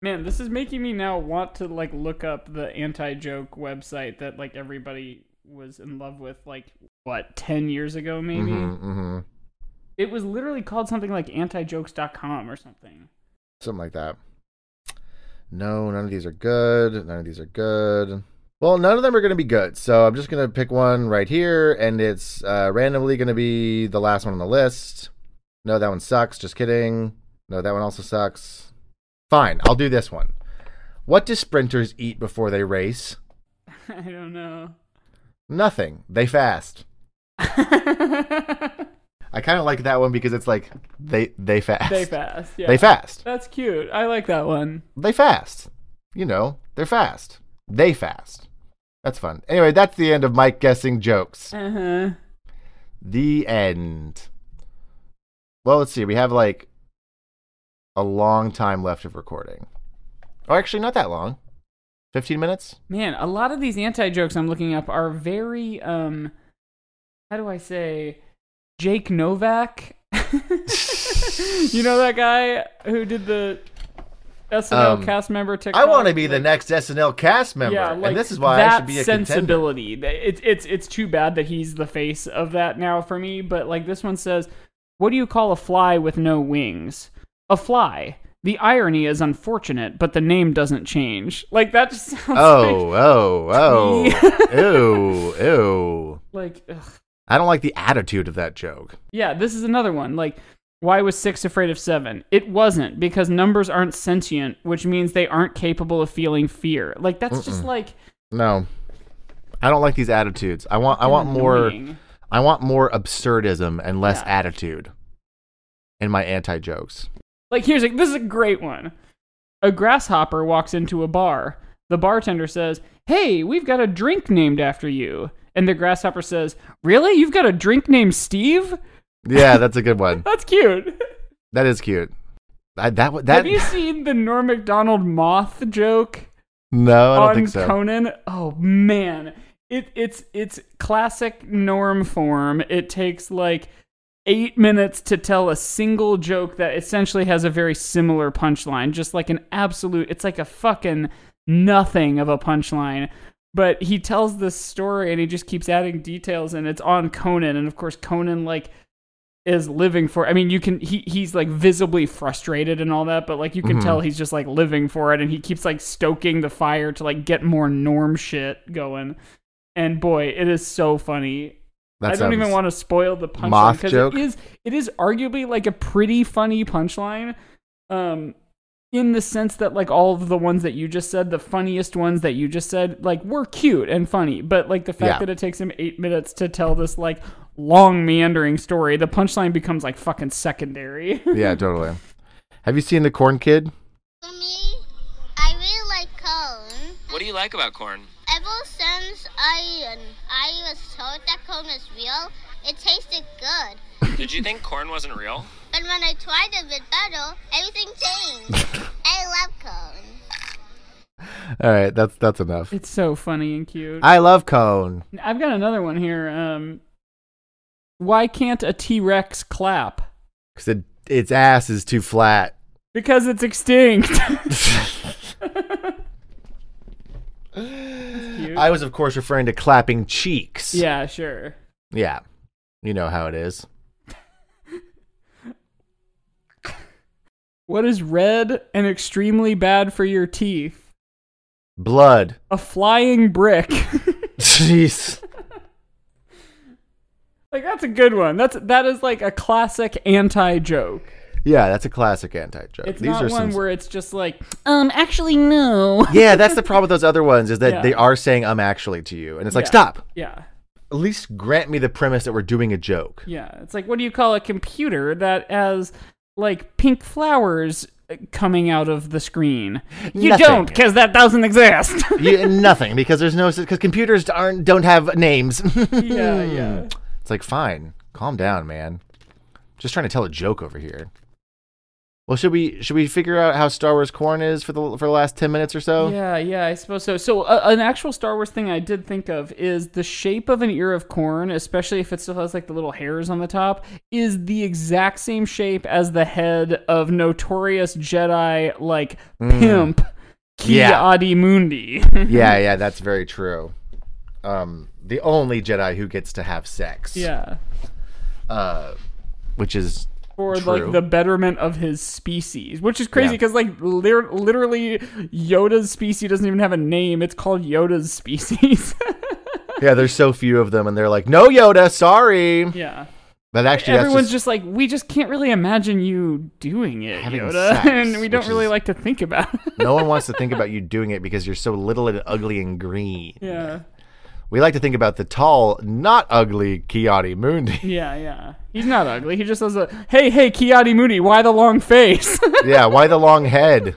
[SPEAKER 1] Man, this is making me now want to like look up the anti-joke website that like everybody was in love with like what 10 years ago maybe.
[SPEAKER 2] Mhm, mhm.
[SPEAKER 1] It was literally called something like antijokes.com or something.
[SPEAKER 2] Something like that. No, none of these are good. None of these are good. Well, none of them are going to be good. So I'm just going to pick one right here, and it's uh, randomly going to be the last one on the list. No, that one sucks. Just kidding. No, that one also sucks. Fine, I'll do this one. What do sprinters eat before they race?
[SPEAKER 1] I don't know.
[SPEAKER 2] Nothing. They fast. I kind of like that one because it's like they they fast.
[SPEAKER 1] they fast. Yeah.
[SPEAKER 2] They fast.
[SPEAKER 1] That's cute. I like that one.
[SPEAKER 2] they fast. You know, they're fast. They fast. That's fun. Anyway, that's the end of Mike guessing jokes.
[SPEAKER 1] Uh-huh.
[SPEAKER 2] The end. Well, let's see. We have like a long time left of recording. Or actually, not that long. 15 minutes?
[SPEAKER 1] Man, a lot of these anti jokes I'm looking up are very um how do I say Jake Novak? you know that guy who did the SNL
[SPEAKER 2] Um,
[SPEAKER 1] cast member TikTok.
[SPEAKER 2] I want to be the next SNL cast member,
[SPEAKER 1] Yeah, like
[SPEAKER 2] and this is why
[SPEAKER 1] that
[SPEAKER 2] I should be a contender.
[SPEAKER 1] sensibility. It's it's it's too bad that he's the face of that now for me. But like this one says, what do you call a fly with no wings? A fly. The irony is unfortunate, but the name doesn't change. Like that just sounds
[SPEAKER 2] Oh, oh, oh, ew, ew.
[SPEAKER 1] like, like ugh.
[SPEAKER 2] I don't like the attitude of that joke.
[SPEAKER 1] yeah. This is another one. Like, why was six afraid of seven? It wasn't because numbers aren't sentient, which means they aren't capable of feeling fear. Like that's just like
[SPEAKER 2] No, I don't like these attitudes. I want, I want more.
[SPEAKER 1] annoying.
[SPEAKER 2] I want more absurdism and less
[SPEAKER 1] Yeah.
[SPEAKER 2] attitude in my anti jokes.
[SPEAKER 1] Like here's a this is a great one. A grasshopper walks into a bar. The bartender says, "Hey, we've got a drink named after you." And the grasshopper says, "Really? You've got a drink named Steve?
[SPEAKER 2] Yeah, that's a good one.
[SPEAKER 1] That's cute."
[SPEAKER 2] That is cute. I, that wa- that
[SPEAKER 1] Have you seen the Norm Macdonald moth joke
[SPEAKER 2] no, I don't
[SPEAKER 1] on
[SPEAKER 2] think so.
[SPEAKER 1] Conan? Oh man, it it's it's classic Norm form. It takes like eight minutes to tell a single joke that essentially has a very similar punchline, just like an absolute, it's like a fucking nothing of a punchline. But he tells this story and he just keeps adding details and it's on Conan. And of course, Conan, like, is living for I mean you can he he's like visibly frustrated and all that but like you can tell he's just like living for it and he keeps like stoking the fire to like get more norm shit going and boy it is so funny
[SPEAKER 2] That
[SPEAKER 1] I don't even
[SPEAKER 2] sounds-
[SPEAKER 1] want to spoil the punchline
[SPEAKER 2] Moth
[SPEAKER 1] because it
[SPEAKER 2] joke?
[SPEAKER 1] is it is arguably like a pretty funny punchline, um, in the sense that like all of the ones that you just said, the funniest ones that you just said, like were cute and funny, but like the fact
[SPEAKER 2] Yeah.
[SPEAKER 1] that it takes him eight minutes to tell this like long meandering story, the punchline becomes like fucking secondary.
[SPEAKER 2] Yeah, totally. Have you seen the Corn Kid?
[SPEAKER 5] For me, I really like cone.
[SPEAKER 6] What do you like about corn?
[SPEAKER 5] Ever since I I was told that cone was real, it tasted good.
[SPEAKER 6] Did you think corn wasn't real?
[SPEAKER 5] But when I tried it with butter, everything changed. I love cone.
[SPEAKER 2] All right, that's that's enough.
[SPEAKER 1] it's so funny and cute.
[SPEAKER 2] I love Cone.
[SPEAKER 1] I've got another one here. Um, why can't a T Rex clap?
[SPEAKER 2] because it, its ass is too flat.
[SPEAKER 1] Because it's extinct.
[SPEAKER 2] I was, of course, referring to clapping cheeks.
[SPEAKER 1] yeah, sure.
[SPEAKER 2] Yeah. You know how it is.
[SPEAKER 1] What is red and extremely bad for your teeth?
[SPEAKER 2] Blood.
[SPEAKER 1] A flying brick.
[SPEAKER 2] Jeez.
[SPEAKER 1] like that's a good one. That's that is like a classic anti joke.
[SPEAKER 2] Yeah, that's a classic anti joke.
[SPEAKER 1] It's
[SPEAKER 2] Uh, These
[SPEAKER 1] not
[SPEAKER 2] are
[SPEAKER 1] one
[SPEAKER 2] some.
[SPEAKER 1] where it's just like, um, actually no.
[SPEAKER 2] yeah, that's the problem with those other ones is that
[SPEAKER 1] Yeah.
[SPEAKER 2] they are saying "I'm actually" to you, and it's like,
[SPEAKER 1] Yeah.
[SPEAKER 2] stop.
[SPEAKER 1] Yeah,
[SPEAKER 2] At least grant me the premise that we're doing a joke.
[SPEAKER 1] yeah. It's like, what do you call a computer that has like pink flowers uh, coming out of the screen? You
[SPEAKER 2] Nothing.
[SPEAKER 1] don't, because that doesn't exist.
[SPEAKER 2] You, nothing because there's no because computers aren't don't have names.
[SPEAKER 1] yeah, yeah.
[SPEAKER 2] It's like, fine, calm down, man. Just trying to tell a joke over here. Well, should we should we figure out how Star Wars corn is for the for the last ten minutes or so?
[SPEAKER 1] Yeah, yeah, I suppose so. So, uh, an actual Star Wars thing I did think of is the shape of an ear of corn, especially if it still has like the little hairs on the top, is the exact same shape as the head of notorious Jedi like pimp Ki
[SPEAKER 2] Hmm. Yeah.
[SPEAKER 1] Adi Mundi.
[SPEAKER 2] yeah, yeah, that's very true. Um, the only Jedi who gets to have sex.
[SPEAKER 1] yeah,
[SPEAKER 2] Uh, which is
[SPEAKER 1] for
[SPEAKER 2] True.
[SPEAKER 1] like the betterment of his species, which is crazy
[SPEAKER 2] Yeah.
[SPEAKER 1] because like lir- literally Yoda's species doesn't even have a name; it's called Yoda's species.
[SPEAKER 2] yeah, there's so few of them, and they're like, no Yoda, sorry.
[SPEAKER 1] yeah.
[SPEAKER 2] But actually,
[SPEAKER 1] everyone's
[SPEAKER 2] that's
[SPEAKER 1] just, like we just can't really imagine you doing it
[SPEAKER 2] Having
[SPEAKER 1] yoda
[SPEAKER 2] sex,
[SPEAKER 1] and we don't
[SPEAKER 2] which
[SPEAKER 1] really
[SPEAKER 2] is-
[SPEAKER 1] like to think about it
[SPEAKER 2] no one wants to think about you doing it because you're so little and ugly and green.
[SPEAKER 1] yeah
[SPEAKER 2] We like to think about the tall, not ugly Kiati Mundi.
[SPEAKER 1] yeah yeah he's not ugly he just has a hey hey kiati moody why the long face
[SPEAKER 2] yeah, why the long head?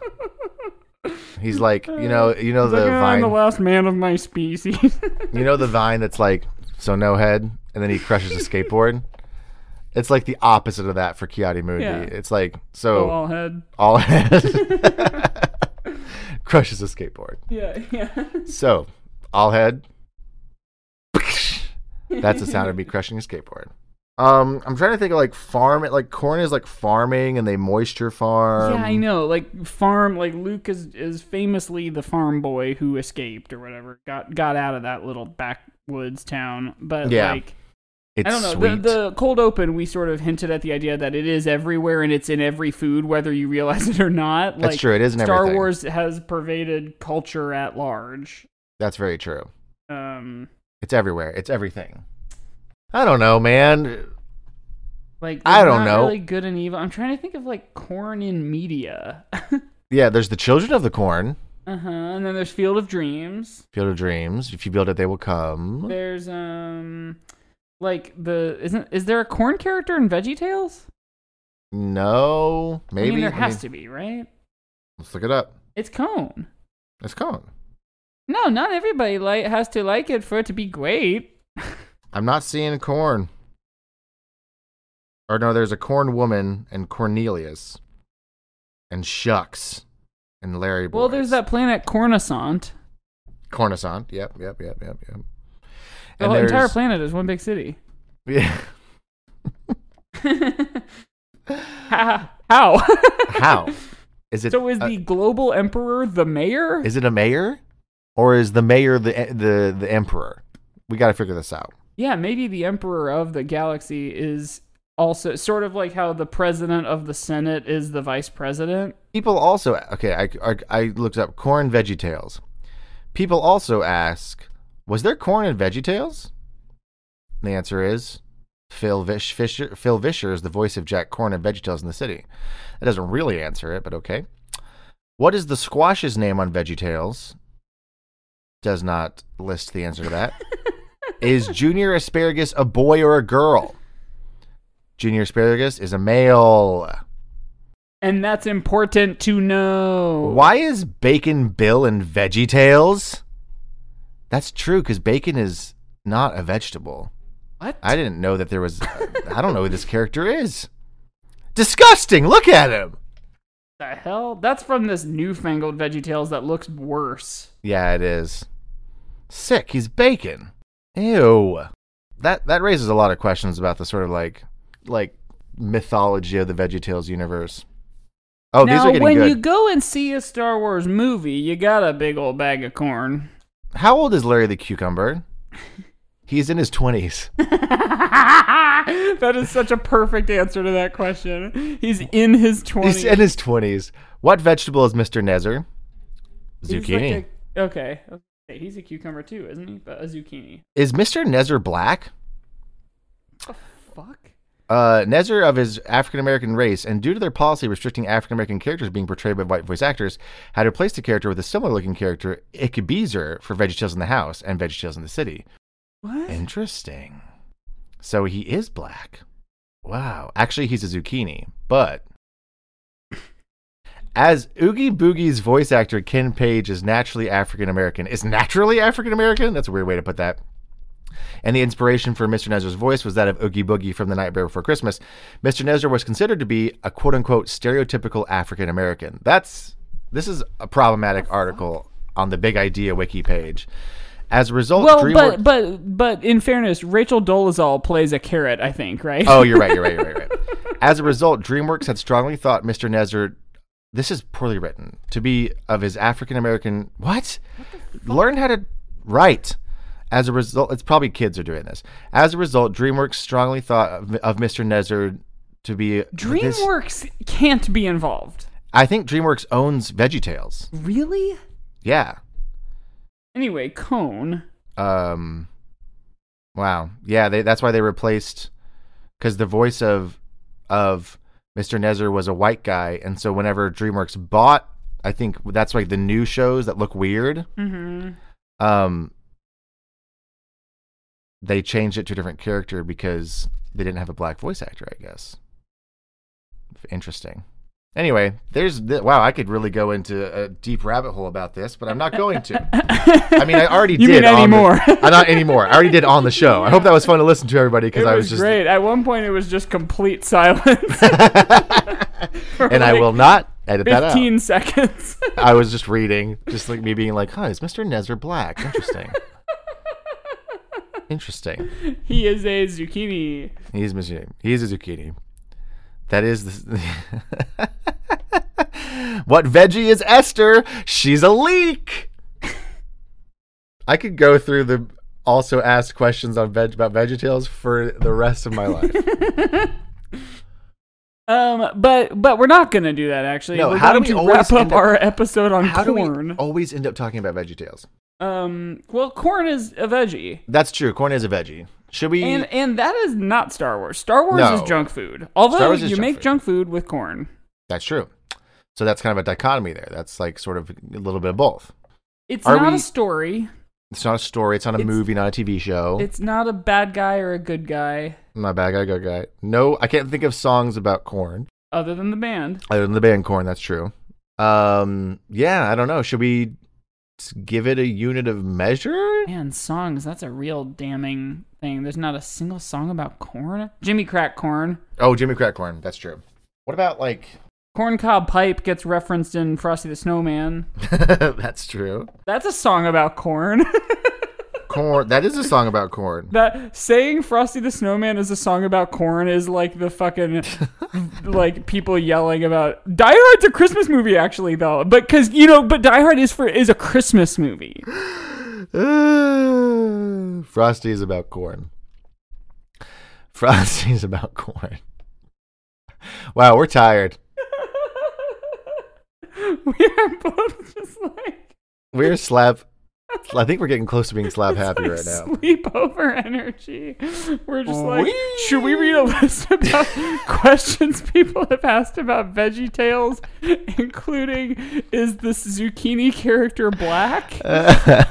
[SPEAKER 2] He's like, you know, you know the
[SPEAKER 1] Like, "Ah, "Oh, i'm
[SPEAKER 2] vine,
[SPEAKER 1] the last man of my species
[SPEAKER 2] you know the vine that's like, so no head, and then he crushes a skateboard. It's like the opposite of that for Kiati Moody.
[SPEAKER 1] Yeah.
[SPEAKER 2] It's like
[SPEAKER 1] oh.
[SPEAKER 2] so
[SPEAKER 1] all head
[SPEAKER 2] all head crushes a skateboard.
[SPEAKER 1] yeah yeah
[SPEAKER 2] So all head. That's the sound of me crushing a skateboard. Um, I'm trying to think of like farm. Like corn is like farming, and they moisture farm.
[SPEAKER 1] yeah, I know. Like farm, like Luke is is famously the farm boy who escaped or whatever, got got out of that little backwoods town. But
[SPEAKER 2] Yeah.
[SPEAKER 1] like,
[SPEAKER 2] It's
[SPEAKER 1] I don't know.
[SPEAKER 2] sweet.
[SPEAKER 1] The, the cold open, we sort of hinted at the idea that it is everywhere and it's in every food, whether you realize it or not.
[SPEAKER 2] That's
[SPEAKER 1] Like,
[SPEAKER 2] true, it is in
[SPEAKER 1] Star
[SPEAKER 2] everything.
[SPEAKER 1] Wars has pervaded culture at large.
[SPEAKER 2] That's very true.
[SPEAKER 1] Um,
[SPEAKER 2] It's everywhere. It's everything. I don't know, man.
[SPEAKER 1] like
[SPEAKER 2] I
[SPEAKER 1] there's
[SPEAKER 2] don't
[SPEAKER 1] not
[SPEAKER 2] know.
[SPEAKER 1] Really good and evil. I'm trying to think of like corn in media. uh
[SPEAKER 2] Yeah, there's the children of the corn,
[SPEAKER 1] huh. And then there's Field of Dreams.
[SPEAKER 2] field of dreams. If you build it, they will come.
[SPEAKER 1] There's um, like the isn't is there a corn character in Veggie Tales?
[SPEAKER 2] No, maybe.
[SPEAKER 1] I mean, there
[SPEAKER 2] I
[SPEAKER 1] has
[SPEAKER 2] mean,
[SPEAKER 1] to be, right?
[SPEAKER 2] Let's look it up.
[SPEAKER 1] It's cone.
[SPEAKER 2] It's cone.
[SPEAKER 1] No, not everybody like has to like it for it to be great.
[SPEAKER 2] I'm not seeing corn. Or no, there's a corn woman and Cornelius, and Shucks, and Larry.
[SPEAKER 1] Well, there's
[SPEAKER 2] Boys.
[SPEAKER 1] that planet Cornissant.
[SPEAKER 2] Cornissant. Yep, yep, yep, yep, yep.
[SPEAKER 1] The whole entire
[SPEAKER 2] there's-
[SPEAKER 1] planet is one big city.
[SPEAKER 2] Yeah.
[SPEAKER 1] Ha- How?
[SPEAKER 2] How is it?
[SPEAKER 1] so is
[SPEAKER 2] uh,
[SPEAKER 1] the global emperor the mayor?
[SPEAKER 2] is it a mayor, or is the mayor the the the emperor? We got to figure this out.
[SPEAKER 1] yeah, maybe the emperor of the galaxy is also sort of like how the president of the senate is the vice president.
[SPEAKER 2] People also okay. I I, I looked up corn veggie tales. People also ask, was there corn in veggie tales? And the answer is. Phil Vish, Fisher, Phil Vischer is the voice of Jack Corn in VeggieTales in the City. That doesn't really answer it, but okay. What is the squash's name on VeggieTales? Does not list the answer to that. is Junior Asparagus a boy or a girl? Junior Asparagus is a male.
[SPEAKER 1] And that's important to know.
[SPEAKER 2] Why is Bacon Bill in Veggie Tales? That's true because bacon is not a vegetable.
[SPEAKER 1] What?
[SPEAKER 2] I didn't know that there was. I don't know who this character is. Disgusting! Look at him.
[SPEAKER 1] the hell? That's from this newfangled VeggieTales that looks worse.
[SPEAKER 2] Yeah, it is. Sick. He's bacon. Ew. That that raises a lot of questions about the sort of like like mythology of the VeggieTales universe. Oh, these
[SPEAKER 1] now,
[SPEAKER 2] are getting
[SPEAKER 1] when
[SPEAKER 2] good.
[SPEAKER 1] you go and see a Star Wars movie, you got a big old bag of corn.
[SPEAKER 2] How old is Larry the Cucumber? He's in his twenties.
[SPEAKER 1] that is such a perfect answer to that question. He's in his twenties.
[SPEAKER 2] He's in his twenties. What vegetable is Mr. Nezer?
[SPEAKER 1] He's
[SPEAKER 2] Zucchini.
[SPEAKER 1] like a- okay. Okay, he's a cucumber too, isn't he? But a zucchini.
[SPEAKER 2] Is Mr. Nezer black?
[SPEAKER 1] Fuck.
[SPEAKER 2] Uh, Nezer of his African American race, and due to their policy restricting African American characters being portrayed by white voice actors, had replaced the character with a similar looking character, Ickbeezer, for VeggieTales in the House and VeggieTales in the City.
[SPEAKER 1] What?
[SPEAKER 2] Interesting. So he is black. Wow. Actually, he's a zucchini, but. As Oogie Boogie's voice actor Ken Page is naturally African American, is naturally African American? That's a weird way to put that. And the inspiration for Mr. Nezer's voice was that of Oogie Boogie from The Nightmare Before Christmas. Mr. Nezer was considered to be a quote unquote stereotypical African American. That's this is a problematic article on the Big Idea wiki page. As a result,
[SPEAKER 1] well, but
[SPEAKER 2] DreamWorks-
[SPEAKER 1] but but in fairness, Rachel Dolezal plays a carrot, I think, right?
[SPEAKER 2] Oh, you're right. You're right. You're right. You're right. As a result, DreamWorks had strongly thought Mr. Nezer, this is poorly written, to be of his African American. What? Learn how to write. As a result, it's probably kids are doing this. As a result, DreamWorks strongly thought of, of Mr. Nezer to be. this-
[SPEAKER 1] DreamWorks can't be involved.
[SPEAKER 2] I think DreamWorks owns VeggieTales.
[SPEAKER 1] Really?
[SPEAKER 2] Yeah.
[SPEAKER 1] Anyway, cone.
[SPEAKER 2] Um. Wow. Yeah. They, that's why they replaced because the voice of of Mr. Nezer was a white guy, and so whenever DreamWorks bought, I think that's like the new shows that look weird.
[SPEAKER 1] Mm-hmm.
[SPEAKER 2] Um. They changed it to a different character because they didn't have a black voice actor. I guess. Interesting. Anyway, there's th- wow. I could really go into a deep rabbit hole about this, but I'm not going to. I mean, I already
[SPEAKER 1] You
[SPEAKER 2] did.
[SPEAKER 1] mean
[SPEAKER 2] on the-
[SPEAKER 1] anymore.
[SPEAKER 2] uh, not anymore. I already did on the show. I hope that was fun to listen to everybody
[SPEAKER 1] It
[SPEAKER 2] because I was
[SPEAKER 1] was
[SPEAKER 2] just.
[SPEAKER 1] great. At one point, it was just complete silence. For
[SPEAKER 2] And I
[SPEAKER 1] like
[SPEAKER 2] will not edit that out.
[SPEAKER 1] Fifteen seconds.
[SPEAKER 2] I was just reading, just like me being like, "Huh, is Mr. Nezer black?" Interesting. Interesting.
[SPEAKER 1] He is a zucchini.
[SPEAKER 2] He's Mr. He's a zucchini. That is the. what veggie is Esther? She's a leek. I could go through the also asked questions on veg about VeggieTales for the rest of my life.
[SPEAKER 1] Um, but but we're not gonna do that actually.
[SPEAKER 2] No,
[SPEAKER 1] we're
[SPEAKER 2] how do
[SPEAKER 1] going
[SPEAKER 2] we
[SPEAKER 1] to
[SPEAKER 2] always
[SPEAKER 1] wrap up
[SPEAKER 2] end up-
[SPEAKER 1] our episode on
[SPEAKER 2] How do
[SPEAKER 1] corn?
[SPEAKER 2] we always end up talking about VeggieTales?
[SPEAKER 1] Um, well, corn is a veggie,
[SPEAKER 2] That's true. Corn is a veggie. Should we?
[SPEAKER 1] and and that is not Star Wars. Star Wars
[SPEAKER 2] No.
[SPEAKER 1] is junk food. Although
[SPEAKER 2] Wars is
[SPEAKER 1] you
[SPEAKER 2] junk
[SPEAKER 1] make
[SPEAKER 2] food.
[SPEAKER 1] junk food with corn,
[SPEAKER 2] That's true. So that's kind of a dichotomy there. That's like sort of a little bit of both.
[SPEAKER 1] it's
[SPEAKER 2] Are
[SPEAKER 1] not
[SPEAKER 2] we-
[SPEAKER 1] a story.
[SPEAKER 2] It's not a story. It's not a
[SPEAKER 1] It's-
[SPEAKER 2] movie. Not a TV show.
[SPEAKER 1] It's not a bad guy or a good guy,
[SPEAKER 2] My bad guy, good guy. No, I can't think of songs about corn
[SPEAKER 1] other than the band.
[SPEAKER 2] other than the band Corn. That's true. Um, yeah, I don't know. Should we s- give it a unit of measure?
[SPEAKER 1] Man, songs. That's a real damning thing. There's not a single song about corn. Jimmy Crack Corn.
[SPEAKER 2] Oh, Jimmy Crack Corn. That's true. What about like?
[SPEAKER 1] Corncob Pipe gets referenced in Frosty the Snowman.
[SPEAKER 2] that's true.
[SPEAKER 1] That's a song about corn.
[SPEAKER 2] Corn. That is a song about corn.
[SPEAKER 1] that saying Frosty the Snowman is a song about corn is like the fucking like people yelling about Die Hard's a Christmas movie actually though. But cuz you know, but Die Hard is for is a Christmas movie.
[SPEAKER 2] Frosty is about corn. Frosty is about corn. Wow, we're tired.
[SPEAKER 1] we are both just like
[SPEAKER 2] We're slap. I think we're getting close to being slap happy right now.
[SPEAKER 1] sleepover energy. We're just like, should we read a list about questions people have asked about Veggie Tales, including is this zucchini character black?
[SPEAKER 2] Uh,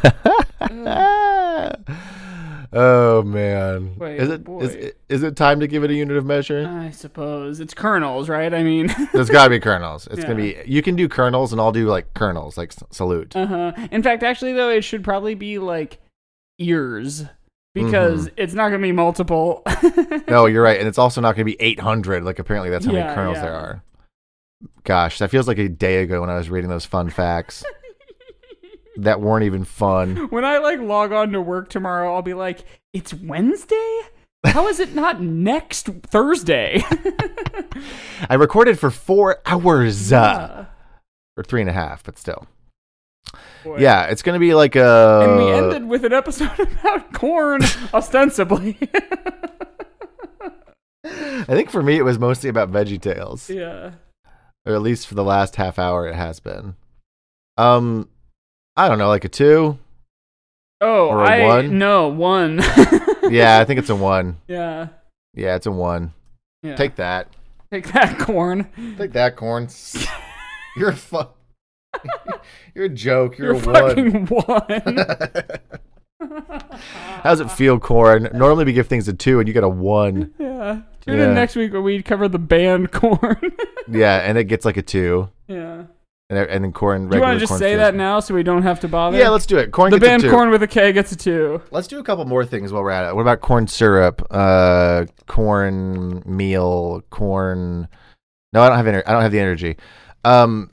[SPEAKER 2] oh man,
[SPEAKER 1] Wait, Uh,
[SPEAKER 2] is it
[SPEAKER 1] boy.
[SPEAKER 2] is it is it time to give it a unit of measure?
[SPEAKER 1] I suppose it's kernels, right? I mean,
[SPEAKER 2] There's got to be kernels. It's gonna be you can do kernels, and I'll do like kernels, like s- salute.
[SPEAKER 1] uh-huh. in fact, actually, though, it should probably be like ears because
[SPEAKER 2] Mm-hmm.
[SPEAKER 1] it's not gonna be multiple.
[SPEAKER 2] No, you're right, and it's also not gonna be 800. Like apparently that's how
[SPEAKER 1] Yeah,
[SPEAKER 2] many kernels
[SPEAKER 1] yeah.
[SPEAKER 2] there are. Gosh, that feels like a day ago when I was reading those fun facts that weren't even fun.
[SPEAKER 1] when I like log on to work tomorrow, I'll be like, it's Wednesday. How is it not next Thursday?
[SPEAKER 2] I recorded for four hours. Uh,
[SPEAKER 1] Ah,
[SPEAKER 2] or three and a half, but still.
[SPEAKER 1] Boy.
[SPEAKER 2] Yeah, it's gonna be like uh, a.
[SPEAKER 1] and we ended with an episode about corn, ostensibly.
[SPEAKER 2] I think for me, it was mostly about Veggie Tales,
[SPEAKER 1] yeah.
[SPEAKER 2] or at least for the last half hour, it has been. Um, I don't know, like a two.
[SPEAKER 1] Oh,
[SPEAKER 2] Or a
[SPEAKER 1] I
[SPEAKER 2] one?
[SPEAKER 1] no one.
[SPEAKER 2] Yeah, I think it's a one.
[SPEAKER 1] yeah.
[SPEAKER 2] Yeah, it's a one.
[SPEAKER 1] Yeah.
[SPEAKER 2] Take that.
[SPEAKER 1] Take that corn.
[SPEAKER 2] Take that, corn. You're a fu- You're a joke. You're,
[SPEAKER 1] You're
[SPEAKER 2] a
[SPEAKER 1] fucking
[SPEAKER 2] one.
[SPEAKER 1] one.
[SPEAKER 2] How does it feel, corn? Normally we give things a two, and you get a one.
[SPEAKER 1] yeah. Tune
[SPEAKER 2] Yeah.
[SPEAKER 1] in next week when we cover the band corn.
[SPEAKER 2] Yeah, and it gets like a two,
[SPEAKER 1] yeah.
[SPEAKER 2] and and then corn.
[SPEAKER 1] Do you want
[SPEAKER 2] regular
[SPEAKER 1] to just
[SPEAKER 2] corn
[SPEAKER 1] say
[SPEAKER 2] feels-
[SPEAKER 1] that now so we don't have to bother?
[SPEAKER 2] Yeah, let's do it. Corn.
[SPEAKER 1] The
[SPEAKER 2] gets a
[SPEAKER 1] band
[SPEAKER 2] two.
[SPEAKER 1] corn with a K gets a two.
[SPEAKER 2] Let's do a couple more things while we're at it. What about corn syrup, uh, corn meal, corn? No, I don't have ener- I don't have the energy. Um,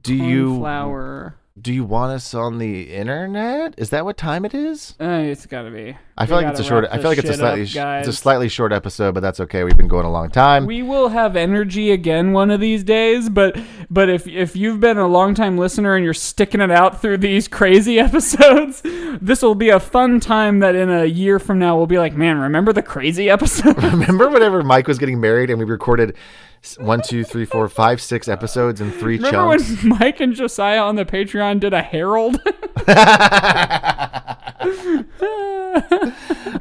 [SPEAKER 2] do you
[SPEAKER 1] flour?
[SPEAKER 2] do you want us on the internet? Is that what time it is?
[SPEAKER 1] Uh, it's gotta be.
[SPEAKER 2] I
[SPEAKER 1] We
[SPEAKER 2] feel like it's
[SPEAKER 1] gotta
[SPEAKER 2] a short.
[SPEAKER 1] wrap
[SPEAKER 2] I feel like
[SPEAKER 1] this
[SPEAKER 2] it's a
[SPEAKER 1] shit up,
[SPEAKER 2] slightly sh- it's a
[SPEAKER 1] guys.
[SPEAKER 2] slightly short episode, but that's okay. We've been going a long time.
[SPEAKER 1] We will have energy again one of these days, but but if if you've been a longtime listener and you're sticking it out through these crazy episodes, this will be a fun time that in a year from now we'll be like, man, remember the crazy episode?
[SPEAKER 2] Remember whenever Mike was getting married and we recorded s- one, two, three, four, five, six episodes in three
[SPEAKER 1] remember
[SPEAKER 2] chunks.
[SPEAKER 1] when Mike and Josiah on the Patreon did a herald? Uh,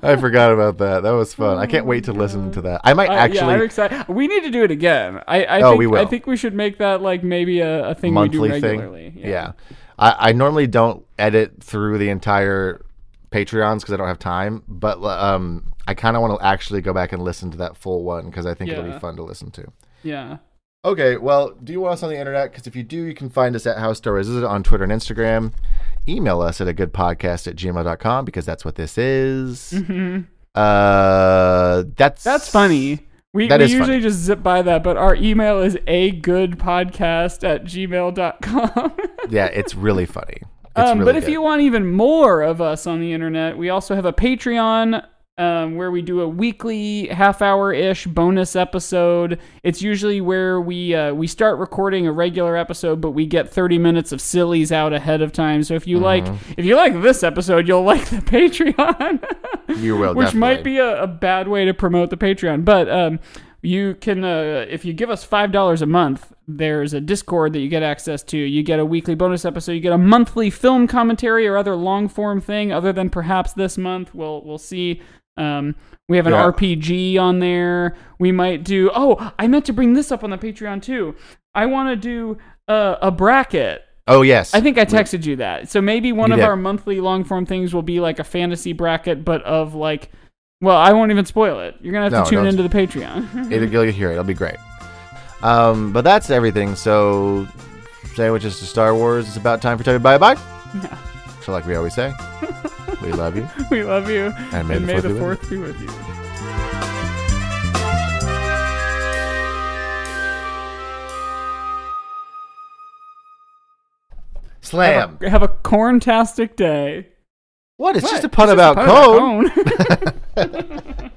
[SPEAKER 2] I forgot about that. That was fun. I can't
[SPEAKER 1] Oh
[SPEAKER 2] wait to listen to that. I might
[SPEAKER 1] I-
[SPEAKER 2] actually.
[SPEAKER 1] Uh, yeah, I'm excited. We need to do it again. I, I
[SPEAKER 2] Oh,
[SPEAKER 1] think,
[SPEAKER 2] we will.
[SPEAKER 1] I think we should make that like maybe a, a thing
[SPEAKER 2] monthly
[SPEAKER 1] we do regularly.
[SPEAKER 2] thing. Yeah. I, I normally don't edit through the entire Patreons because I don't have time, but um, I kind of want to actually go back and listen to that full one because I think it'll
[SPEAKER 1] Yeah.
[SPEAKER 2] be fun to listen to.
[SPEAKER 1] Yeah.
[SPEAKER 2] Okay, well, do you want us on the internet? Because if you do, you can find us at House Star Wars Is It on Twitter and Instagram. Email us at a good podcast at gmail.com because that's what this is. Uh, that's
[SPEAKER 1] Mm-hmm. That's funny. We,
[SPEAKER 2] That
[SPEAKER 1] we
[SPEAKER 2] is
[SPEAKER 1] usually
[SPEAKER 2] funny.
[SPEAKER 1] just zip by that, but our email is a good podcast at gmail.com.
[SPEAKER 2] Yeah, it's really funny. It's
[SPEAKER 1] Um,
[SPEAKER 2] really
[SPEAKER 1] but if
[SPEAKER 2] good.
[SPEAKER 1] you want even more of us on the internet, we also have a Patreon um, where we do a weekly half hour ish bonus episode. It's usually where we uh, we start recording a regular episode, but we get 30 minutes of sillies out ahead of time. So if you
[SPEAKER 2] Mm-hmm.
[SPEAKER 1] like if you like this episode, you'll like the Patreon.
[SPEAKER 2] You will,
[SPEAKER 1] which might
[SPEAKER 2] definitely.
[SPEAKER 1] be a, a bad way to promote the Patreon, but um, you can uh, if you give us five dollars a month, there's a Discord that you get access to. You get a weekly bonus episode. You get a monthly film commentary or other long form thing, other than perhaps this month. We'll we'll see. Um, we have an
[SPEAKER 2] Yeah.
[SPEAKER 1] RPG on there. We might do. Oh, I meant to bring this up on the Patreon too. I want to do uh, a bracket.
[SPEAKER 2] Oh yes,
[SPEAKER 1] I think I texted you that. So maybe one
[SPEAKER 2] You
[SPEAKER 1] of
[SPEAKER 2] did.
[SPEAKER 1] our monthly long form things will be like a fantasy bracket, but of like, well, I won't even spoil it. You're gonna have
[SPEAKER 2] No,
[SPEAKER 1] to tune
[SPEAKER 2] don't.
[SPEAKER 1] into the Patreon.
[SPEAKER 2] It'll, you'll hear it. It'll be great. Um, but that's everything. So, sandwiches to Star Wars. It's about time for Toby. Bye bye.
[SPEAKER 1] Yeah.
[SPEAKER 2] So, like we always say, we love you.
[SPEAKER 1] we love you,
[SPEAKER 2] And may the fourth be
[SPEAKER 1] fourth
[SPEAKER 2] with
[SPEAKER 1] be with you.
[SPEAKER 2] Slam.
[SPEAKER 1] Have a corntastic day.
[SPEAKER 2] What? It's just a
[SPEAKER 1] What?
[SPEAKER 2] pun
[SPEAKER 1] It's
[SPEAKER 2] about
[SPEAKER 1] pun
[SPEAKER 2] cone.
[SPEAKER 1] cone.